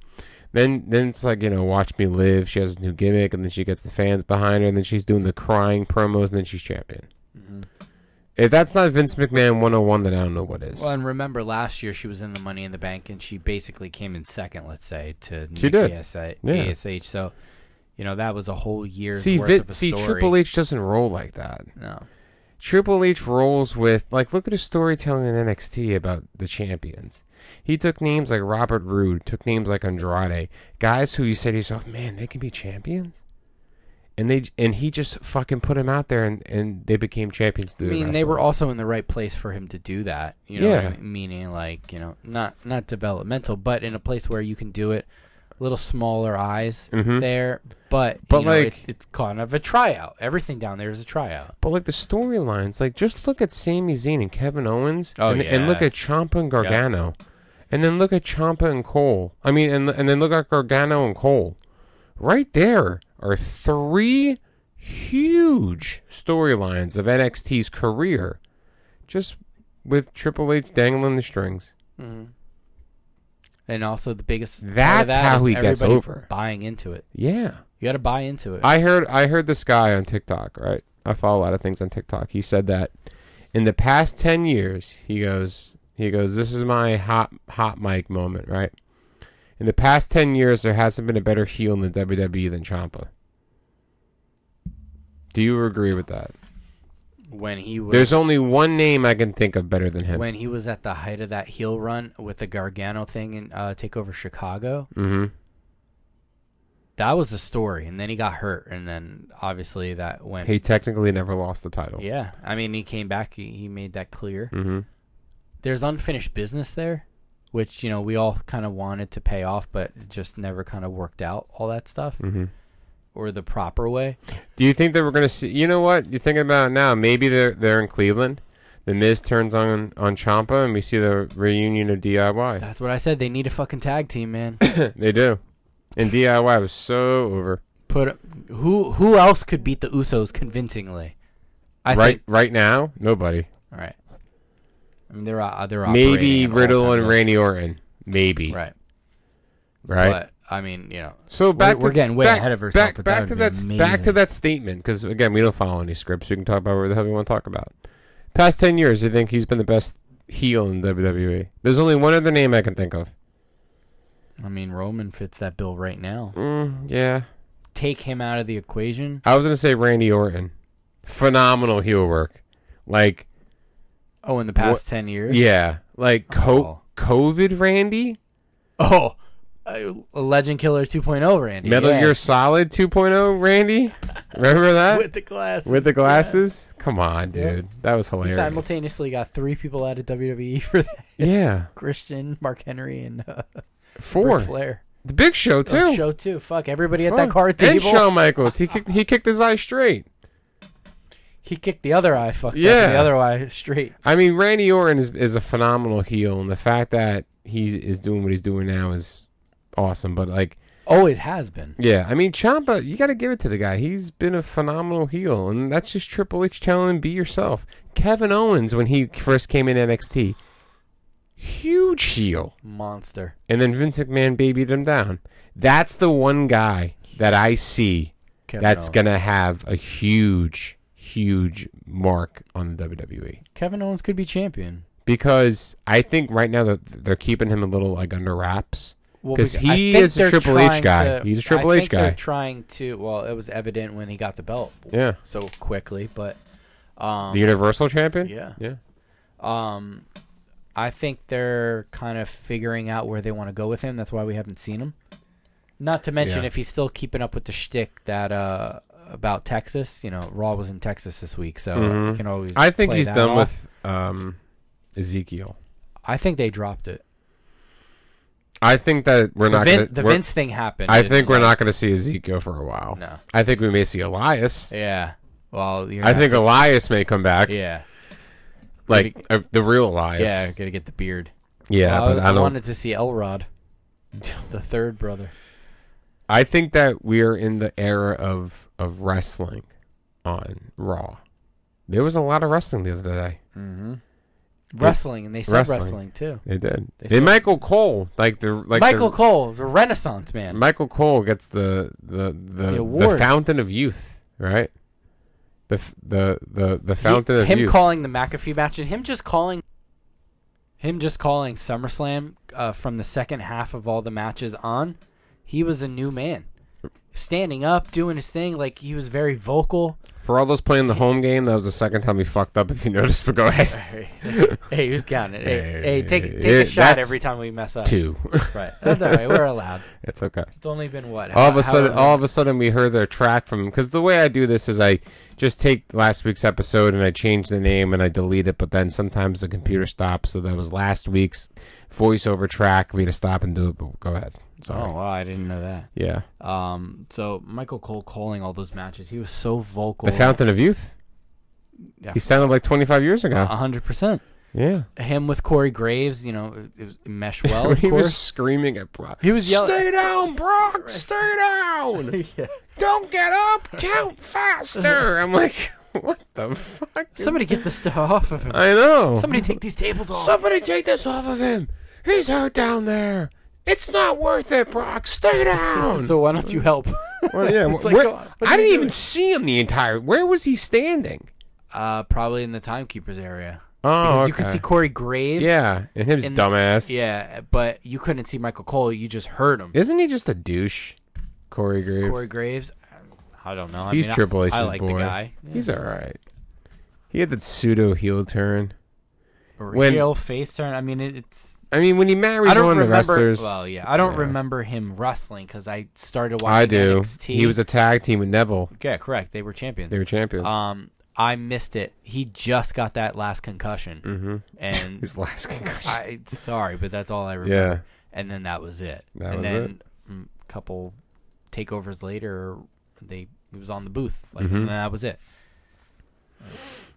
S3: Then, then it's like you know, watch me live. She has a new gimmick, and then she gets the fans behind her, and then she's doing the crying promos, and then she's champion. If that's not Vince McMahon 101, then I don't know what is.
S4: Well, and remember last year she was in the Money in the Bank, and she basically came in second. Let's say to
S3: She
S4: Nikki
S3: did.
S4: ASA,
S3: Yeah.
S4: ASH. So, you know that was a whole year.
S3: see,
S4: worth
S3: Vin-
S4: of a
S3: see,
S4: story.
S3: Triple H doesn't roll like that.
S4: No.
S3: Triple H rolls with like look at his storytelling in NXT about the champions. He took names like Robert Roode, took names like Andrade, guys who you say to yourself, "Man, they can be champions," and they and he just fucking put them out there, and and they became champions.
S4: I
S3: Through
S4: mean, they were also in the right place for him to do that. You know, what I
S3: Yeah.
S4: mean? meaning like you know, not not developmental, but in a place where you can do it. A little smaller eyes
S3: Mhm.
S4: there, but
S3: But,
S4: you know, it-
S3: like-
S4: it's kind of a tryout. Everything down there is a tryout.
S3: But like the storylines, like just look at Sami Zayn and Kevin Owens,
S4: Oh,
S3: and, and look
S4: yeah.
S3: at Champa and Gargano, and then look at Champa and Cole. I mean, and and then look at Gargano and Cole. Right there are three huge storylines of NXT's career, just with Triple H dangling the strings.
S4: And also the biggest part of
S3: That's
S4: that
S3: how
S4: is
S3: he gets
S4: everybody
S3: over.
S4: buying into it.
S3: Yeah,
S4: You got to buy into it.
S3: I heard I heard this guy on TikTok. Right, I follow a lot of things on TikTok. He said that in the past 10 years he goes he goes this is my hot hot mic moment right in the past 10 years there hasn't been a better heel in the wwe than champa do you agree with that
S4: when he was
S3: there's only one name i can think of better than him
S4: when he was at the height of that heel run with the Gargano thing and uh, take over Chicago.
S3: mm-hmm.
S4: That was the story, and then he got hurt, and then obviously that went.
S3: he technically never lost the title
S4: yeah, I mean he came back. He, he made that clear.
S3: mm-hmm.
S4: There's unfinished business there, which you know we all kind of wanted to pay off, but it just never kind of worked out. All that stuff,
S3: Mm-hmm.
S4: or the proper way.
S3: do you think that we're gonna see you know what you're thinking about it now maybe they're they're in cleveland the Miz turns on on Champa, and we see the reunion of DIY.
S4: (laughs) That's what I said. They need a fucking tag team, man. (coughs)
S3: They do. And DIY was so over.
S4: Put who who else could beat the Usos convincingly? I
S3: right
S4: Think,
S3: right now, nobody.
S4: all right. I mean, they're uh, they're operating
S3: Maybe
S4: at an
S3: Riddle
S4: all-time
S3: and
S4: low.
S3: Randy Orton. Maybe. Right.
S4: Right. But I mean, you know,
S3: so back
S4: we're
S3: to,
S4: getting way
S3: back-
S4: ahead of ourselves,
S3: Back,
S4: but that
S3: back
S4: would
S3: to
S4: be
S3: that s- back to
S4: amazing.
S3: that statement because again we don't follow any scripts. We can talk about whatever the hell we want to talk about. Past ten years, I think he's been the best heel in WWE. There's only one other name I can think of.
S4: I mean Roman fits that bill right now.
S3: Mm, yeah,
S4: Take him out of the equation.
S3: I was gonna say Randy Orton. phenomenal heel work. Like
S4: Oh, in the past ten years.
S3: yeah, like co- COVID Randy,
S4: Oh, a a Legend Killer 2.0, Randy.
S3: Metal
S4: yeah.
S3: Gear Solid 2.0 Randy. Remember that
S4: with the glasses.
S3: With the glasses? Come on, dude. That was
S4: He
S3: hilarious.
S4: simultaneously got three people out of WWE (laughs) for that:
S3: yeah,
S4: Christian, Mark Henry, and uh,
S3: four.
S4: Ric Flair.
S3: The Big Show too.
S4: Oh, show two. Fuck everybody at that
S3: Fuck.
S4: card table.
S3: And Shawn Michaels. He kicked, he kicked his eye straight.
S4: He kicked the other eye. Fucked up
S3: Yeah.
S4: and the other eye straight.
S3: I mean, Randy Orton is, is a phenomenal heel, and the fact that he is doing what he's doing now is awesome. But like,
S4: Always has been.
S3: yeah, I mean, Ciampa, you got to give it to the guy. He's been a phenomenal heel, and that's just Triple H telling him be yourself. Kevin Owens, when he first came in NXT, huge heel.
S4: Monster.
S3: and then Vince McMahon babied him down. That's the one guy that I see
S4: Kevin
S3: that's
S4: Owens.
S3: gonna have a huge, huge mark on the WWE
S4: Kevin Owens could be champion.
S3: because I think right now that they're keeping him a little like under wraps
S4: Well,
S3: because
S4: beca- I
S3: he
S4: think
S3: is a
S4: they're
S3: Triple H
S4: trying
S3: guy.
S4: to-
S3: He's a
S4: I
S3: Triple H
S4: think They're
S3: guy.
S4: trying to. Well, it was evident when he got the belt
S3: yeah,
S4: so quickly, but um,
S3: the Universal Champion.
S4: yeah.
S3: yeah.
S4: Um, I think they're kind of figuring out where they want to go with him. That's why we haven't seen him. Not to mention,
S3: Yeah.
S4: if he's still keeping up with the shtick that uh about Texas, you know, Raw was in Texas this week, so you can always.
S3: Mm-hmm. I think
S4: play
S3: he's
S4: that
S3: done
S4: off.
S3: with um, Ezekiel.
S4: I think they dropped it.
S3: I think that we're
S4: The,
S3: not
S4: Vin-
S3: gonna.
S4: the
S3: we're-
S4: Vince thing happened.
S3: I
S4: It-
S3: think we're not gonna see Ezekiel for a while.
S4: No.
S3: I think we may see Elias.
S4: Yeah. Well, you're
S3: I
S4: gonna
S3: think
S4: have
S3: Elias may come back.
S4: to- yeah.
S3: like uh, the real Elias.
S4: Yeah, gotta get the beard.
S3: yeah.
S4: Well,
S3: but
S4: I,
S3: I,
S4: I
S3: don't.
S4: wanted to see Elrod, the third brother.
S3: I think that we're in the era of of wrestling on Raw. There was a lot of wrestling the other day.
S4: Mm-hmm. Wrestling, and they said
S3: Wrestling.
S4: wrestling, too.
S3: They did.
S4: They
S3: They
S4: said-
S3: Michael Cole, like the like
S4: Michael
S3: the,
S4: Cole is a Renaissance man.
S3: Michael Cole gets the the the, the,
S4: award.
S3: fountain of youth, right? The f- the the the fountain
S4: He-
S3: of
S4: him
S3: youth.
S4: calling the McAfee match and him just calling him just calling SummerSlam uh, from the second half of all the matches on, he was a new man. Standing up, doing his thing, like he was very vocal.
S3: For all those playing the home game, that was the second time he fucked up. If you (laughs) noticed, but go ahead.
S4: (laughs) hey, who's counting it? Hey, hey, take take
S3: Yeah,
S4: a shot
S3: that's
S4: every time we mess up.
S3: Two.
S4: Right, that's all right. We're allowed.
S3: (laughs) it's okay.
S4: It's only been what?
S3: all of
S4: how-
S3: a sudden,
S4: however-
S3: all of a sudden, we heard their track from because the way I do this is I just take last week's episode and I change the name and I delete it, but then sometimes the computer stops, so that was last week's voiceover track. We had to stop and do it, but go ahead. Sorry.
S4: Oh wow, I didn't know that.
S3: Yeah,
S4: Um, so Michael Cole calling all those matches, he was so vocal.
S3: the Fountain of Youth.
S4: Yeah. Uh-huh.
S3: He sounded like 25 years ago.
S4: hundred percent.
S3: yeah,
S4: him with Corey Graves, you know, it, it was-
S3: (laughs)
S4: it meshed well.
S3: When
S4: Of
S3: he was
S4: course,
S3: screaming at Brock.
S4: He was yelling-
S3: Stay down, Brock. Stay
S4: (laughs)
S3: down. Don't get up. Count faster. I'm like, (laughs) what the fuck? is-
S4: somebody get this stuff off of him.
S3: I know.
S4: Somebody take these tables off.
S3: Somebody take this off of him. He's hurt down there. It's not worth it, Brock. Stay down.
S4: (laughs) So why don't you help?
S3: well, yeah,
S4: (laughs) It's
S3: wh-
S4: like,
S3: where-
S4: oh, what
S3: I
S4: are you
S3: didn't even
S4: doing?
S3: see him the entire. Where was he standing?
S4: uh, probably in the timekeepers area.
S3: Oh,
S4: Because you could see Corey Graves.
S3: yeah, and him
S4: in-
S3: dumbass.
S4: Yeah, but you couldn't see Michael Cole. You just heard him.
S3: Isn't he just a douche? Corey Graves.
S4: Corey Graves. I don't know. I
S3: He's
S4: mean, I-
S3: Triple H's
S4: I like
S3: boy.
S4: the guy.
S3: He's all right. He had that pseudo heel turn.
S4: Or
S3: When-
S4: heel face turn. I mean, it, it's.
S3: I mean, when he marries
S4: I don't
S3: one of the
S4: remember.
S3: wrestlers,
S4: Well, yeah, I don't
S3: Yeah.
S4: remember him wrestling because I started watching
S3: I do.
S4: NXT.
S3: He was a tag team with Neville.
S4: yeah, correct. They were champions.
S3: They were champions.
S4: Um, I missed it. He just got that last concussion, mm-hmm. and
S3: His last concussion.
S4: (laughs) I sorry, but that's all I remember.
S3: yeah.
S4: And then that was it.
S3: That
S4: and
S3: was
S4: then a couple takeovers later, they he was on the booth. Like
S3: Mm-hmm.
S4: and that was it.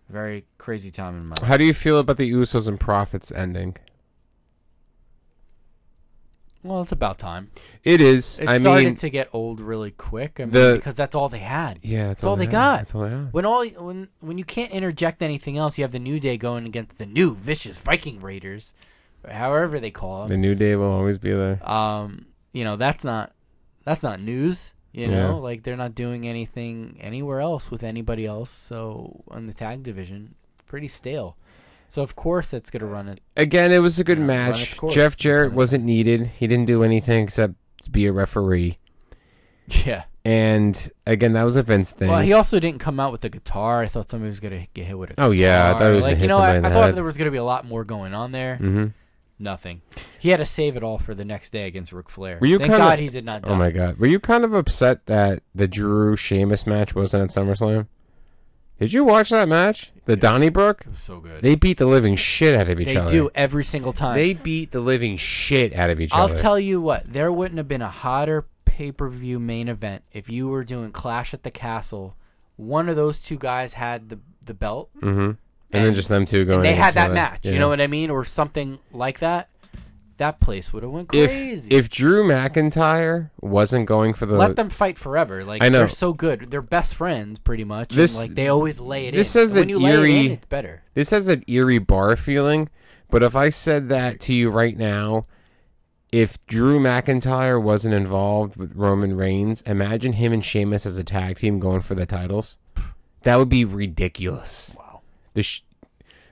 S4: Very crazy time in my life.
S3: How do you feel about the Usos and Profits ending?
S4: Well, it's about time.
S3: It is.
S4: It
S3: I
S4: started
S3: mean,
S4: to get old really quick. I mean,
S3: The-
S4: because that's all they had.
S3: yeah, that's
S4: It's all they
S3: had.
S4: got.
S3: That's all they got.
S4: When all when when you can't interject anything else, you have the New Day going against the new vicious Viking Raiders, or however they call them.
S3: The new day will always be there.
S4: um, you know, that's not that's not news. You know,
S3: Yeah.
S4: like they're not doing anything anywhere else with anybody else. So in the tag division, pretty stale. So of course it's gonna run it.
S3: Again, it was a good
S4: Yeah, run its
S3: match.
S4: course.
S3: Jeff Jarrett
S4: Run its-
S3: wasn't needed. He didn't do anything except be a referee.
S4: Yeah,
S3: And again, that was a Vince thing.
S4: Well, he also didn't come out with a guitar. I thought somebody was gonna get hit with a.
S3: Oh, yeah, I
S4: guitar.
S3: thought he was gonna
S4: like
S3: hit
S4: you know,
S3: somebody
S4: I,
S3: in
S4: I
S3: the
S4: thought
S3: head.
S4: there was gonna be a lot more going on there.
S3: hmm
S4: Nothing. He had to save it all for the next day against Ric Flair.
S3: Were you
S4: Thank
S3: kinda-
S4: God he did not die.
S3: Oh my God, were you kind of upset that the Drew Sheamus match wasn't at SummerSlam? Did you watch that match? The Donnybrook?
S4: It was so good.
S3: They beat the living shit out of each
S4: They
S3: other.
S4: do every single time.
S3: They beat the living shit out of each
S4: I'll
S3: other.
S4: tell you what, there wouldn't have been a hotter pay per view main event if you were doing Clash at the Castle. One of those two guys had the the belt.
S3: hmm And then just them two going.
S4: and they
S3: at
S4: had
S3: each
S4: that
S3: other.
S4: match. You
S3: Oh, Yeah.
S4: know what I mean, or something like that. That place would have went
S3: If
S4: crazy.
S3: if Drew McIntyre wasn't going for the
S4: Let them fight forever. Like
S3: I know.
S4: they're so good. They're best friends, pretty much.
S3: This-
S4: and, like they always lay it
S3: this
S4: in.
S3: says
S4: And when
S3: that
S4: you lay it in,
S3: Eerie-
S4: it's better.
S3: This has that eerie bar feeling, but if I said that to you right now, if Drew McIntyre wasn't involved with Roman Reigns, imagine him and Sheamus as a tag team going for the titles. That would be ridiculous.
S4: Wow.
S3: The sh-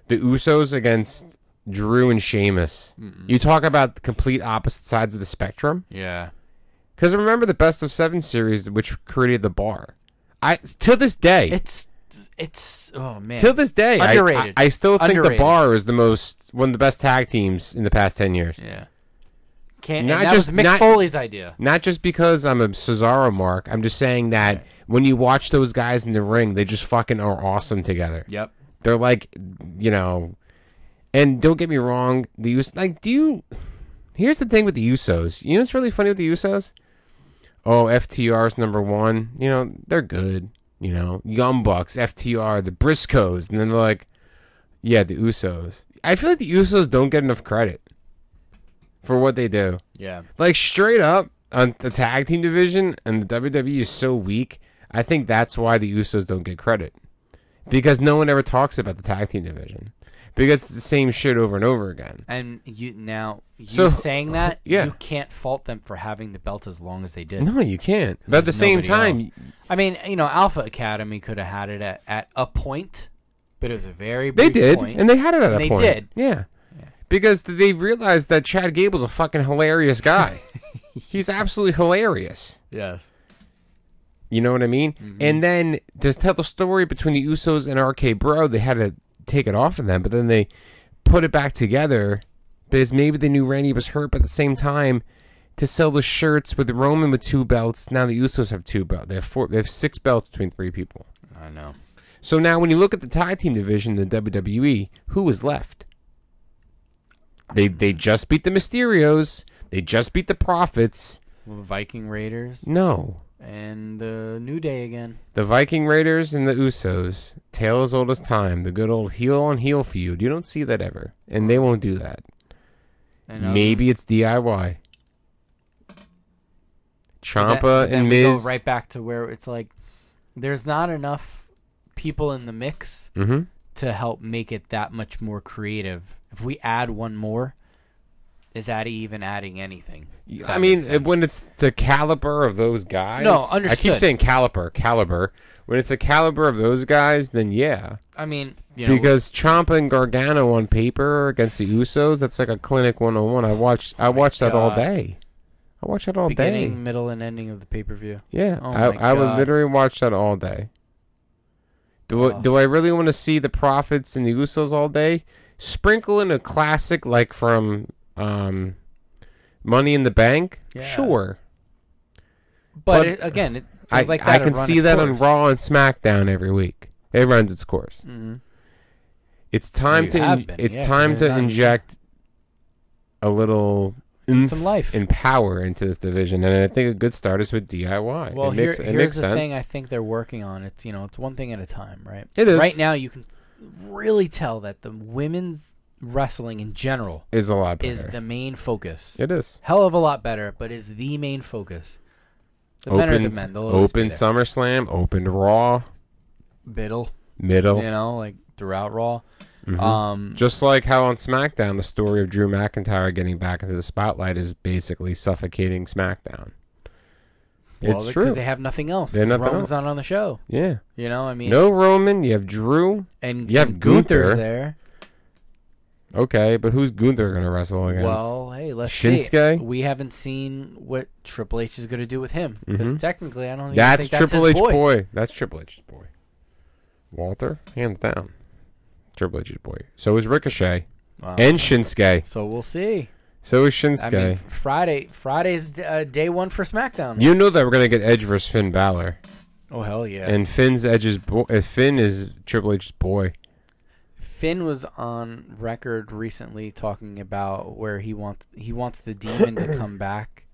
S3: the Usos against Drew and Sheamus. You talk about the complete opposite sides of the spectrum.
S4: Yeah.
S3: Because remember the best of seven series, which created the bar. I till this day,
S4: It's it's oh man.
S3: till this day, I-
S4: Underrated.
S3: I, I still think
S4: Underrated.
S3: the bar is the most one of the best tag teams in the past ten years.
S4: yeah. Can't.
S3: Not
S4: and that
S3: just-
S4: was Mick
S3: not-
S4: Foley's idea.
S3: Not just because I'm a Cesaro mark. I'm just saying that when you watch those guys in the ring, they just fucking are awesome together.
S4: Yep.
S3: They're like, you know, and don't get me wrong. The Us like, do you? Here's the thing with the Usos. You know what's really funny with the Usos? Oh, FTR's number one. You know they're good. You know Young Bucks, FTR, the Briscoes, and then they're like, yeah, the Usos. I feel like the Usos don't get enough credit for what they do.
S4: Yeah.
S3: Like straight up on the tag team division and the WWE is so weak. I think that's why the Usos don't get credit because no one ever talks about the tag team division because it's the same shit over and over again.
S4: And you now you
S3: So- uh,
S4: saying that
S3: yeah.
S4: you can't fault them for having the belt as long as they did.
S3: No, you can't. But at the
S4: There's
S3: same
S4: nobody
S3: time,
S4: else. I mean, you know, Alpha Academy could have had it at, at a point, but it was a very
S3: they
S4: brief
S3: did,
S4: point.
S3: and they had it at a
S4: They
S3: point.
S4: did.
S3: yeah. Because th- they realized that Chad Gable's a fucking hilarious
S4: (laughs)
S3: guy. He's absolutely hilarious.
S4: yes,
S3: You know what I mean? And then to tell the story between the Usos and RK Bro, they had to take it off of them, but then they put it back together because maybe they knew Randy was hurt, but at the same time, to sell the shirts with Roman with two belts, now the Usos have two belts. They have four. They have six belts between three people.
S4: I know.
S3: So now, when you look at the tag team division in the WWE, who is left? They they just beat the Mysterios. They just beat the Profits.
S4: Viking Raiders
S3: No,
S4: and the New Day again.
S3: The Viking Raiders and the Usos, tale as old as time, the good old heel on heel feud. You don't see that ever, and they won't do that.
S4: And, um,
S3: Maybe it's DIY.
S4: but that-
S3: Champa
S4: but then
S3: and
S4: we go
S3: Miz.
S4: right back to where it's like there's not enough people in the mix
S3: hmm
S4: to help make it that much more creative. If we add one more, is that even adding anything? If
S3: I
S4: that
S3: mean,
S4: makes sense.
S3: when it's the caliber of those guys.
S4: No,
S3: I keep
S4: understood.
S3: saying caliber, caliber. When it's the caliber of those guys, then yeah.
S4: I mean, you know,
S3: Because Champa and Gargano on paper against the Usos, that's like a clinic 101. I watched I watched that all
S4: Oh God.
S3: day. I watched that all
S4: beginning,
S3: day.
S4: middle, and ending of the pay per view.
S3: Yeah,
S4: Oh my
S3: I, I would
S4: God.
S3: literally watch that all day. Do I,
S4: Oh.
S3: do I really want to see the profits and the Usos all day? Sprinkle in a classic like from um, Money in the Bank.
S4: Yeah.
S3: Sure,
S4: But,
S3: But
S4: it, again, it,
S3: I
S4: things like
S3: I
S4: that
S3: can see that on Raw and SmackDown every week. It runs its course.
S4: hmm
S3: It's time
S4: You
S3: to
S4: have
S3: in-
S4: been,
S3: it's
S4: yeah,
S3: time
S4: you're
S3: to
S4: not-
S3: inject a little
S4: Some
S3: oomph
S4: life.
S3: and power into this division, and I think a good start is with DIY.
S4: well,
S3: it
S4: here,
S3: makes, it
S4: here's
S3: makes
S4: the
S3: sense.
S4: thing I think they're working on. It's you know, it's one thing at a time, right?
S3: It is.
S4: Right now, you can really tell that the women's wrestling in general
S3: is a lot better.
S4: is the main focus.
S3: it is.
S4: Hell of a lot better, but is the main focus. The men are the men. They'll always be
S3: open
S4: there.
S3: SummerSlam, open Raw,
S4: Biddle,
S3: middle.
S4: you know, like throughout Raw.
S3: Mhm.
S4: Um,
S3: Just like how on SmackDown, the story of Drew McIntyre getting back into the spotlight is basically suffocating SmackDown.
S4: well,
S3: it's
S4: because
S3: true.
S4: they have nothing else.
S3: They have
S4: 'cause
S3: nothing
S4: Roman's
S3: else.
S4: not on the show.
S3: yeah.
S4: You know, I mean,
S3: No Roman. You have Drew.
S4: and
S3: You have
S4: and Gunther's
S3: Gunther.
S4: there.
S3: Okay, but who's Gunther going to wrestle against?
S4: Well, hey, let's
S3: Shinsuke?
S4: see. We haven't seen what Triple H is going to do with him because technically, I don't. Even
S3: Mm-hmm. that's
S4: think that's
S3: Triple
S4: his
S3: H
S4: boy.
S3: boy. That's Triple H's boy. Walter, hands down, Triple H's boy. So is Ricochet
S4: Wow.
S3: and Shinsuke.
S4: So we'll see.
S3: So is Shinsuke.
S4: Oh, I mean, Friday, Friday's uh, day one for SmackDown.
S3: you know that we're going to get Edge versus Finn Balor,
S4: oh hell yeah!
S3: and Finn's Edge's boy. Uh, Finn is Triple H's boy.
S4: Finn was on record recently talking about where he wants he wants the demon to come back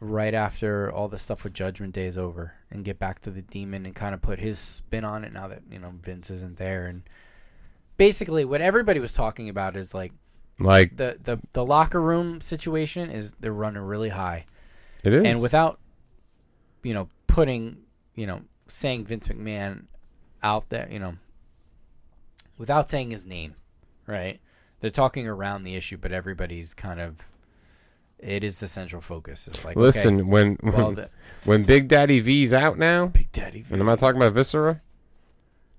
S4: right after all the stuff with Judgment Day is over and get back to the demon and kind of put his spin on it now that you know Vince isn't there and basically what everybody was talking about is like
S3: Like
S4: the the, the locker room situation is they're running really high
S3: it is.
S4: and without you know putting you know saying Vince McMahon out there you know without saying his name right they're talking around the issue but everybody's kind of it is the central focus it's like
S3: listen
S4: okay,
S3: when when, (laughs)
S4: well the
S3: when Big Daddy V's out now,
S4: Big Daddy
S3: and I'm not talking about Viscera.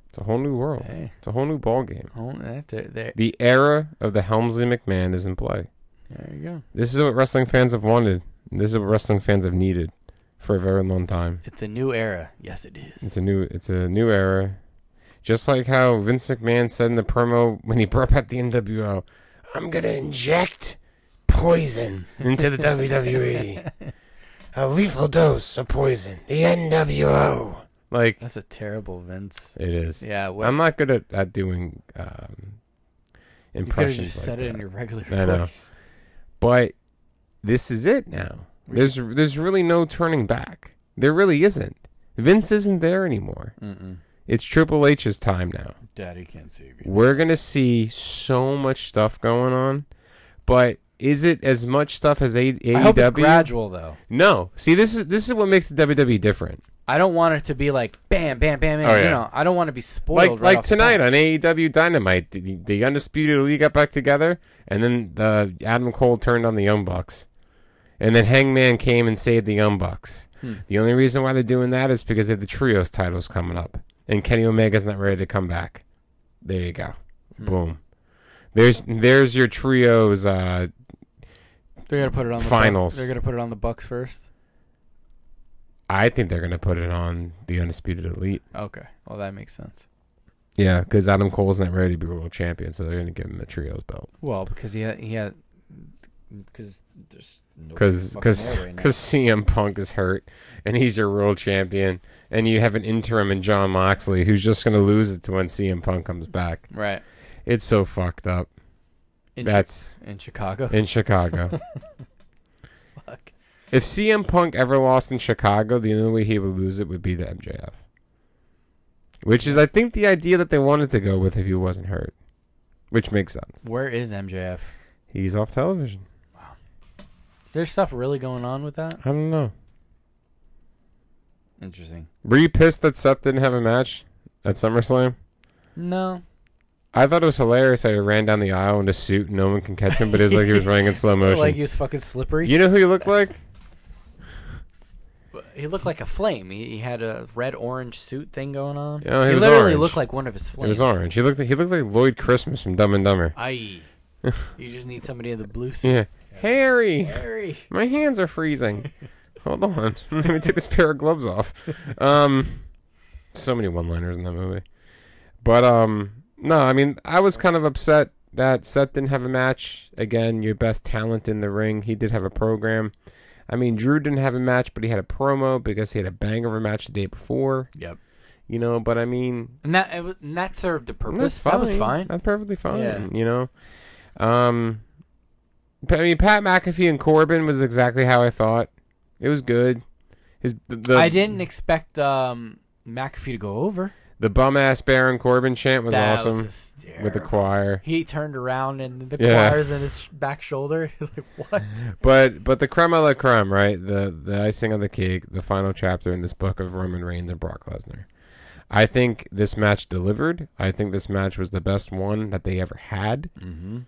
S3: It's a whole new world.
S4: Hey.
S3: It's a whole new ball game.
S4: oh, that's it, there,
S3: The era of the Helmsley McMahon is in play.
S4: there you go
S3: This is what wrestling fans have wanted. This is what wrestling fans have needed for a very long time.
S4: it's a new era yes it is
S3: It's a new it's a new era. Just like how Vince McMahon said in the promo when he brought back the NWO, I'm gonna inject poison into the WWE. A lethal dose of poison. The NWO. Like
S4: that's a terrible Vince
S3: it is.
S4: yeah what,
S3: I'm not good at, at doing um,
S4: you could have
S3: impressions.
S4: just
S3: like
S4: said
S3: that.
S4: it in your regular
S3: I know.
S4: voice
S3: but this is it now. There's there's really no turning back. There really isn't. Vince isn't there anymore.
S4: Mm-mm.
S3: It's Triple H's time now.
S4: daddy can't see me
S3: We're gonna see so much stuff going on, but is it as much stuff as A- AEW?
S4: I hope it's gradual though
S3: no. See, this is this is what makes the WWE different.
S4: I don't want it to be like bam, bam, bam, bam.
S3: Oh,
S4: You
S3: yeah.
S4: know, I don't want to be
S3: Like
S4: spoiled. right
S3: like
S4: off the
S3: tonight
S4: bat.
S3: on AEW Dynamite, the, the undisputed elite got back together, and then uh, Adam Cole turned on the Young Bucks, and then Hangman came and saved the Young Bucks.
S4: Hmm.
S3: The only reason why they're doing that is because they have the trios titles coming up, and Kenny Omega's not ready to come back. There you go, uh,
S4: Hmm.
S3: boom. There's there's your trios. Uh,
S4: they're gonna put it on the
S3: finals.
S4: Bucks. They're gonna put it on the Bucks first.
S3: I think they're gonna put it on the undisputed elite.
S4: Okay, well that makes sense.
S3: Yeah, because Adam Cole's not ready to be world champion, so they're gonna give him the trios belt.
S4: Well, because he had, he had because there's no
S3: because
S4: fucking
S3: because
S4: there right now.
S3: CM Punk is hurt and he's your world champion, and you have an interim in John Moxley who's just gonna lose it to when CM Punk comes back.
S4: right
S3: It's so fucked up.
S4: in, Chi-
S3: That's
S4: in Chicago.
S3: in Chicago.
S4: (laughs) Fuck.
S3: if CM Punk ever lost in Chicago, the only way he would lose it would be to MJF, which is I think the idea that they wanted to go with if he wasn't hurt, which makes sense.
S4: Where is MJF?
S3: He's off television.
S4: Is there stuff really going on with that?
S3: I don't know.
S4: Interesting.
S3: Were you pissed that Seth didn't have a match at SummerSlam?
S4: No,
S3: I thought it was hilarious how he ran down the aisle in a suit and no one can catch him, but it was like he was running in slow motion.
S4: like he was fucking slippery.
S3: you know who he looked like?
S4: he looked like a flame. He, he had a red orange suit thing going on.
S3: Yeah, he was
S4: literally
S3: orange.
S4: looked like one of his
S3: It
S4: flames.
S3: was orange. He looked he looked like Lloyd Christmas from Dumb and
S4: (laughs)
S3: Dumber. (laughs)
S4: Aye. you just need somebody in the blue suit.
S3: Yeah. Harry,
S4: Harry.
S3: my hands are freezing. Hold on. (laughs) Let me take this pair of gloves off. Um so many one-liners in that movie. But um no, I mean, I was kind of upset that Seth didn't have a match. Again, your best talent in the ring. He did have a program. I mean, Drew didn't have a match, but he had a promo because he had a banger of a match the day before.
S4: Yep.
S3: you know. But I mean,
S4: And that it was, and that served a
S3: and
S4: purpose.
S3: that's fine.
S4: that was fine.
S3: That's perfectly fine.
S4: Yeah.
S3: You know, um, but, I mean, Pat McAfee and Corbin was exactly how I thought. It was good. His the, the,
S4: I didn't expect um, McAfee to go over.
S3: the bum ass Baron Corbin chant was
S4: that
S3: awesome
S4: was hysterical.
S3: with the choir,
S4: He turned around and the
S3: Yeah.
S4: choir's in his back shoulder. (laughs) He's like, what?
S3: but but the creme de la creme, right? The the icing on the cake, the final chapter in this book of Roman Reigns and Brock Lesnar. I think this match delivered. I think this match was the best one that they ever had.
S4: Mm-hmm.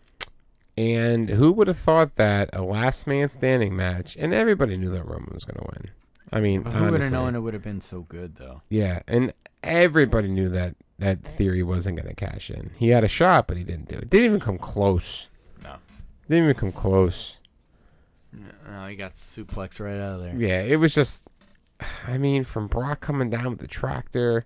S3: And who would have thought that a last man standing match, and everybody knew that Roman was going to win. I mean,
S4: But who would have
S3: honestly.
S4: known it would have been so good, though?
S3: Yeah, and everybody knew that that theory wasn't going to cash in. He had a shot, but he didn't do it. Didn't even come close.
S4: No.
S3: Didn't even come close.
S4: No, Oh, he got suplex right out of there.
S3: Yeah, it was just. I mean, from Brock coming down with the tractor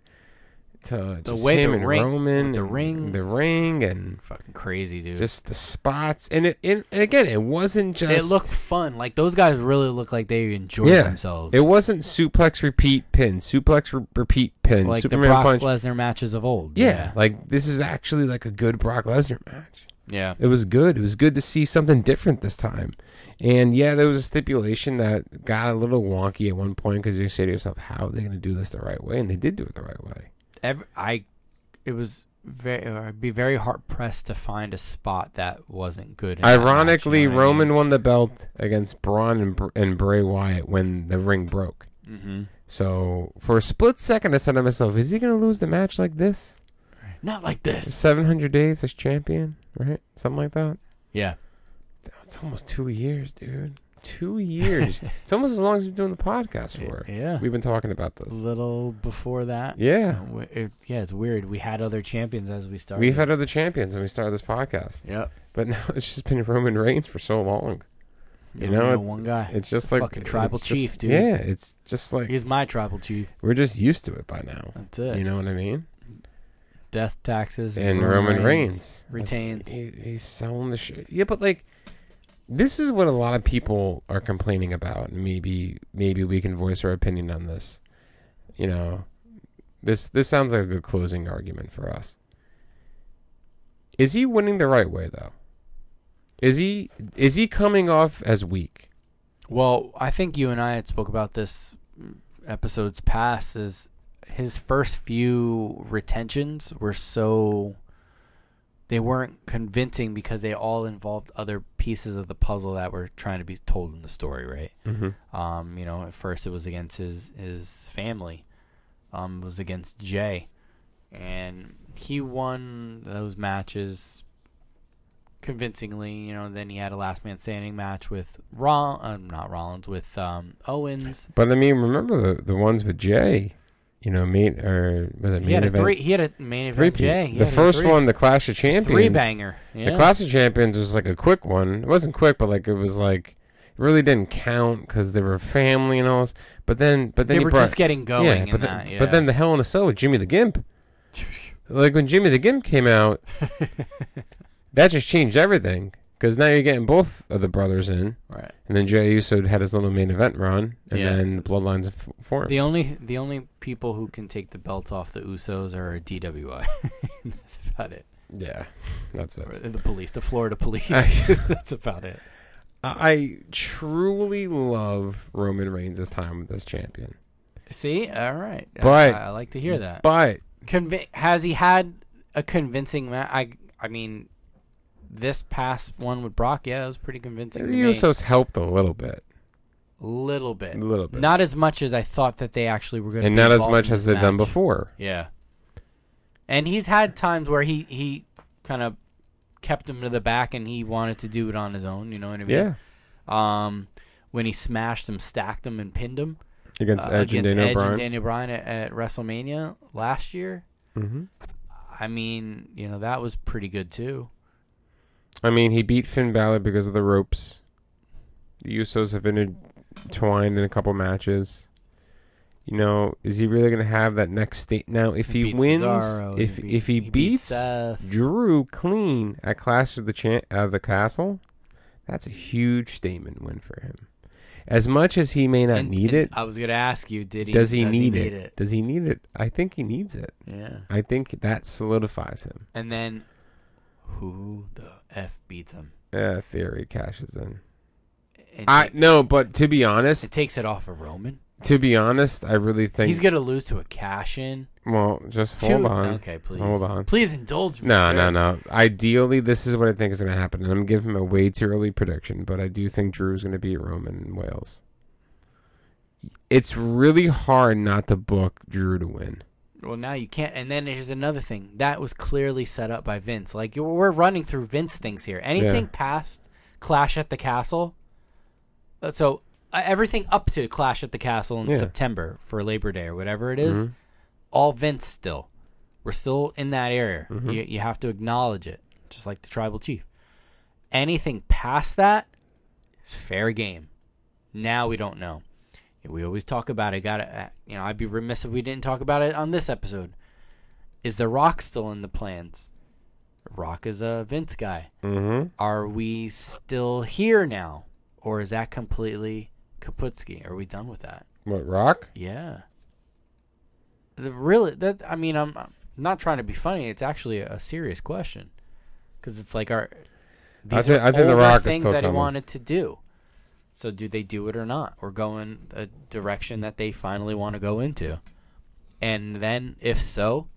S3: to
S4: The
S3: just
S4: way
S3: him
S4: the
S3: and
S4: ring-
S3: Roman,
S4: with the
S3: and
S4: ring.
S3: the ring, and
S4: Fucking crazy, dude.
S3: just the spots. And it, and again, it wasn't just.
S4: it looked fun. Like those guys really look like they enjoyed
S3: yeah.
S4: themselves.
S3: It wasn't suplex repeat pin, suplex re- repeat pin,
S4: like
S3: Superman
S4: the Brock
S3: punch.
S4: Lesnar matches of old.
S3: yeah, like this is actually like a good Brock Lesnar match.
S4: yeah.
S3: It was good. It was good to see something different this time. And yeah, there was a stipulation that got a little wonky at one point because you say to yourself, "How are they going to do this the right way?" And they did do it the right way.
S4: Every, I, it was very. uh, I'd be very hard pressed to find a spot that wasn't good. in that match, you know
S3: Ironically,
S4: what I
S3: Roman
S4: mean?
S3: won the belt against Braun and, Br- and Bray Wyatt when the ring broke.
S4: Mhm.
S3: So for a split second, I said to myself, "Is he going to lose the match like this?
S4: Not like this.
S3: Seven hundred days as champion, right? Something like that."
S4: Yeah.
S3: That's almost two years, dude. Two
S4: (laughs)
S3: years. it's almost as long as we've been doing the podcast for.
S4: Yeah.
S3: We've been talking about this.
S4: a little before that.
S3: Yeah.
S4: Uh, we- it- yeah, it's weird. We had other champions as we started.
S3: We've had other champions when we started this podcast,
S4: Yep.
S3: but (laughs) now it's just been Roman Reigns for so long. You
S4: only
S3: know, it's-
S4: one guy.
S3: It's just
S4: the
S3: like
S4: fucking tribal
S3: it's just-
S4: chief, dude.
S3: Yeah, it's just like
S4: He's my tribal chief.
S3: we're just used to it by now.
S4: That's it.
S3: You know what I mean?
S4: Death taxes
S3: And Roman, Reigns
S4: retains.
S3: That's- He, he's selling the shit. Yeah, but like this is what a lot of people are complaining about. Maybe maybe we can voice our opinion on this. You know, this this sounds like a good closing argument for us. Is he winning the right way though? Is he is he coming off as weak?
S4: Well, I think you and I had spoke about this episodes past. Is his first few retentions were so they weren't convincing because they all involved other pieces of the puzzle that were trying to be told in the story, right?
S3: Mm-hmm.
S4: Um, you know, at first it was against his his family. Um, it was against Jay, and he won those matches convincingly. You know, then he had a last man standing match with Roll, uh, not Rollins, with um, Owens.
S3: But I mean, remember the the ones with Jay, you know, main or was it
S4: He had
S3: main
S4: a
S3: event?
S4: three. He had a main event.
S3: Three-peat.
S4: Jay. He
S3: the
S4: had a
S3: first
S4: three-
S3: one, the Clash of Champions,
S4: Three banger. Yeah.
S3: The Clash of Champions was like a quick one. It wasn't quick, but like it was like it really didn't count because they were family and all. This. But then, but then
S4: they
S3: he
S4: were
S3: brought,
S4: just getting going
S3: yeah,
S4: in
S3: but
S4: that.
S3: then,
S4: yeah.
S3: But then the Hell in a Cell with Jimmy the
S4: (laughs)
S3: Gimp. Like when Jimmy the Gimp came out, that just changed everything because now you're getting both of the brothers in,
S4: right.
S3: and then Jey Uso had his little main event run, and
S4: Yeah.
S3: then the Bloodlines f- formed.
S4: The only the only people who can take the belts off the Usos are DWI. (laughs) That's about it.
S3: yeah, that's it.
S4: Or the police, the Florida
S3: (laughs)
S4: police.
S3: I-
S4: (laughs) That's about it.
S3: I truly love Roman Reigns' time as champion,
S4: See, all right. I-
S3: But-
S4: I, I like to hear that.
S3: but
S4: Convi- has he had a convincing match? I I mean, this past one with Brock, yeah, that was pretty convincing. to
S3: the
S4: me.
S3: Usos helped a little bit.
S4: little bit,
S3: A little bit.
S4: not as much as I thought that they actually were going, to
S3: and not as much as they've done before.
S4: Yeah. And he's had times where he he kind of kept him to the back and he wanted to do it on his own, you know what I
S3: Yeah,
S4: mean? Um when he smashed him, stacked him and pinned him
S3: against
S4: uh,
S3: Edge and
S4: against
S3: Daniel
S4: Edge
S3: Bryan.
S4: and Daniel Bryan at, at WrestleMania last year.
S3: hmm
S4: Mm-hmm. I mean, you know, that was pretty good too.
S3: I mean, he beat Finn Balor because of the ropes. The Usos have been intertwined in a couple matches. You know, is he really going to have that next state now? If he
S4: beats
S3: wins,
S4: Cesaro,
S3: if
S4: he beat-
S3: if he,
S4: he beat
S3: beats
S4: Seth.
S3: Drew clean at Clash of the Chan- uh, the Castle, that's a huge statement win for him. As much as he may not
S4: And-
S3: need
S4: and
S3: it,
S4: I was going to ask you, did he
S3: does he need, it? Does he need it? I think he needs it.
S4: Yeah.
S3: I think that solidifies him.
S4: And then who the f beats him?
S3: Uh, theory cashes in.
S4: It,
S3: I
S4: ta-
S3: no, but to be
S4: it
S3: honest,
S4: takes it off of Roman.
S3: to be honest, I really think
S4: He's going to lose to a cash in.
S3: Well, just
S4: Two-
S3: hold on.
S4: Okay, please.
S3: Hold on.
S4: Please indulge me.
S3: No,
S4: sir.
S3: no, no. Ideally, this is what I think is going to happen, and I'm giving a way too early prediction, but I do think Drew is going to beat Roman in Wales. It's really hard not to book Drew to win.
S4: Well, now you can't. And then here's another thing that was clearly set up by Vince. Like you we're running through Vince things here. Anything
S3: Yeah.
S4: past Clash at the Castle. uh, So uh, everything up to Clash at the Castle in
S3: Yeah.
S4: September for Labor Day or whatever it is, all Vince still. We're still in that area. You, you have to acknowledge it, just like the tribal chief. Anything past that is fair game. Now we don't know. We always talk about it. Got to, you know, I'd be remiss if we didn't talk about it on this episode. Is the Rock still in the plans? Rock is a Vince guy.
S3: Mm-hmm.
S4: Are we still here now, or is that completely Kaputski? Are we done with that?
S3: What rock?
S4: Yeah. The really that I mean I'm, I'm not trying to be funny. It's actually a, serious question because it's like our these
S3: thi-
S4: are
S3: I think The
S4: older
S3: Rock is
S4: things
S3: still
S4: that he
S3: coming.
S4: wanted to do. So do they do it or not? Or go in a direction that they finally want to go into, and then if so,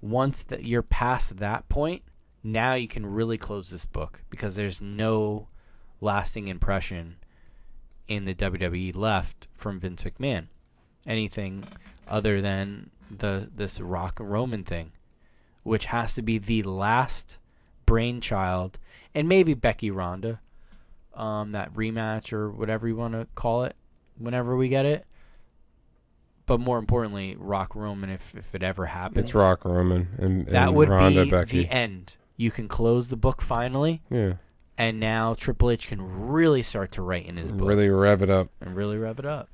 S4: once that you're past that point, now you can really close this book because there's no lasting impression in the WWE left from Vince McMahon. Anything other than the this Rock and Roman thing, which has to be the last brainchild, and maybe Becky Ronda, um, that rematch or whatever you want to call it, whenever we get it. But more importantly, Rock Roman, if if it ever happens,
S3: It's Rock Roman and,
S4: That
S3: and
S4: would
S3: Ronda
S4: be
S3: Becky.
S4: the end. You can close the book finally,
S3: yeah,
S4: and now Triple H can really start to write in his book
S3: really rev it up.
S4: and really rev it up.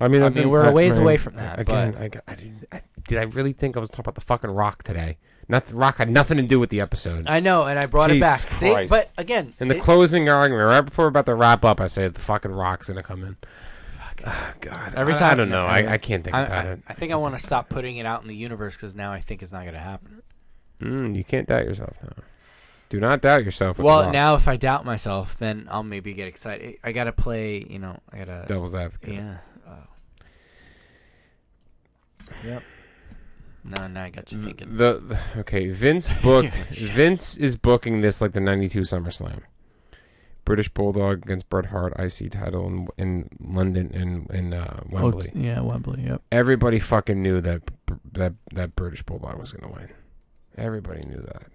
S3: I mean,
S4: I
S3: I've
S4: mean,
S3: been-
S4: we're a ways
S3: man,
S4: away from that,
S3: Again,
S4: but-
S3: I, got- I didn't. I, did I really think I was talking about the fucking Rock today? Not the Rock had nothing to do with the episode.
S4: I know, and I brought it
S3: Jesus
S4: back. See,
S3: Christ.
S4: but again,
S3: in the
S4: it-
S3: closing argument, right before we're about to wrap up, I said the fucking Rock's gonna come in. Ah, God,
S4: every
S3: I-
S4: time
S3: I, don't know. I, I can't think
S4: I,
S3: about
S4: I-
S3: it.
S4: I think I want to stop putting it out in the universe because now I think it's not going to happen.
S3: Mm, you can't doubt yourself now. Do not doubt yourself. With The
S4: Well,
S3: Rock.
S4: now if I doubt myself, then I'll maybe get excited. I gotta play. You know, I gotta.
S3: devil's advocate.
S4: Yeah. Oh. Yep. No, no, I got you thinking.
S3: The, the okay,
S4: (laughs)
S3: Vince booked. Vince is booking this like the '92 SummerSlam, British Bulldog against Bret Hart, IC title in, in London and in
S4: Oh,
S3: uh, Wembley.
S4: yeah, Wembley. Yep.
S3: Everybody fucking knew that that that British Bulldog was gonna win. Everybody knew that.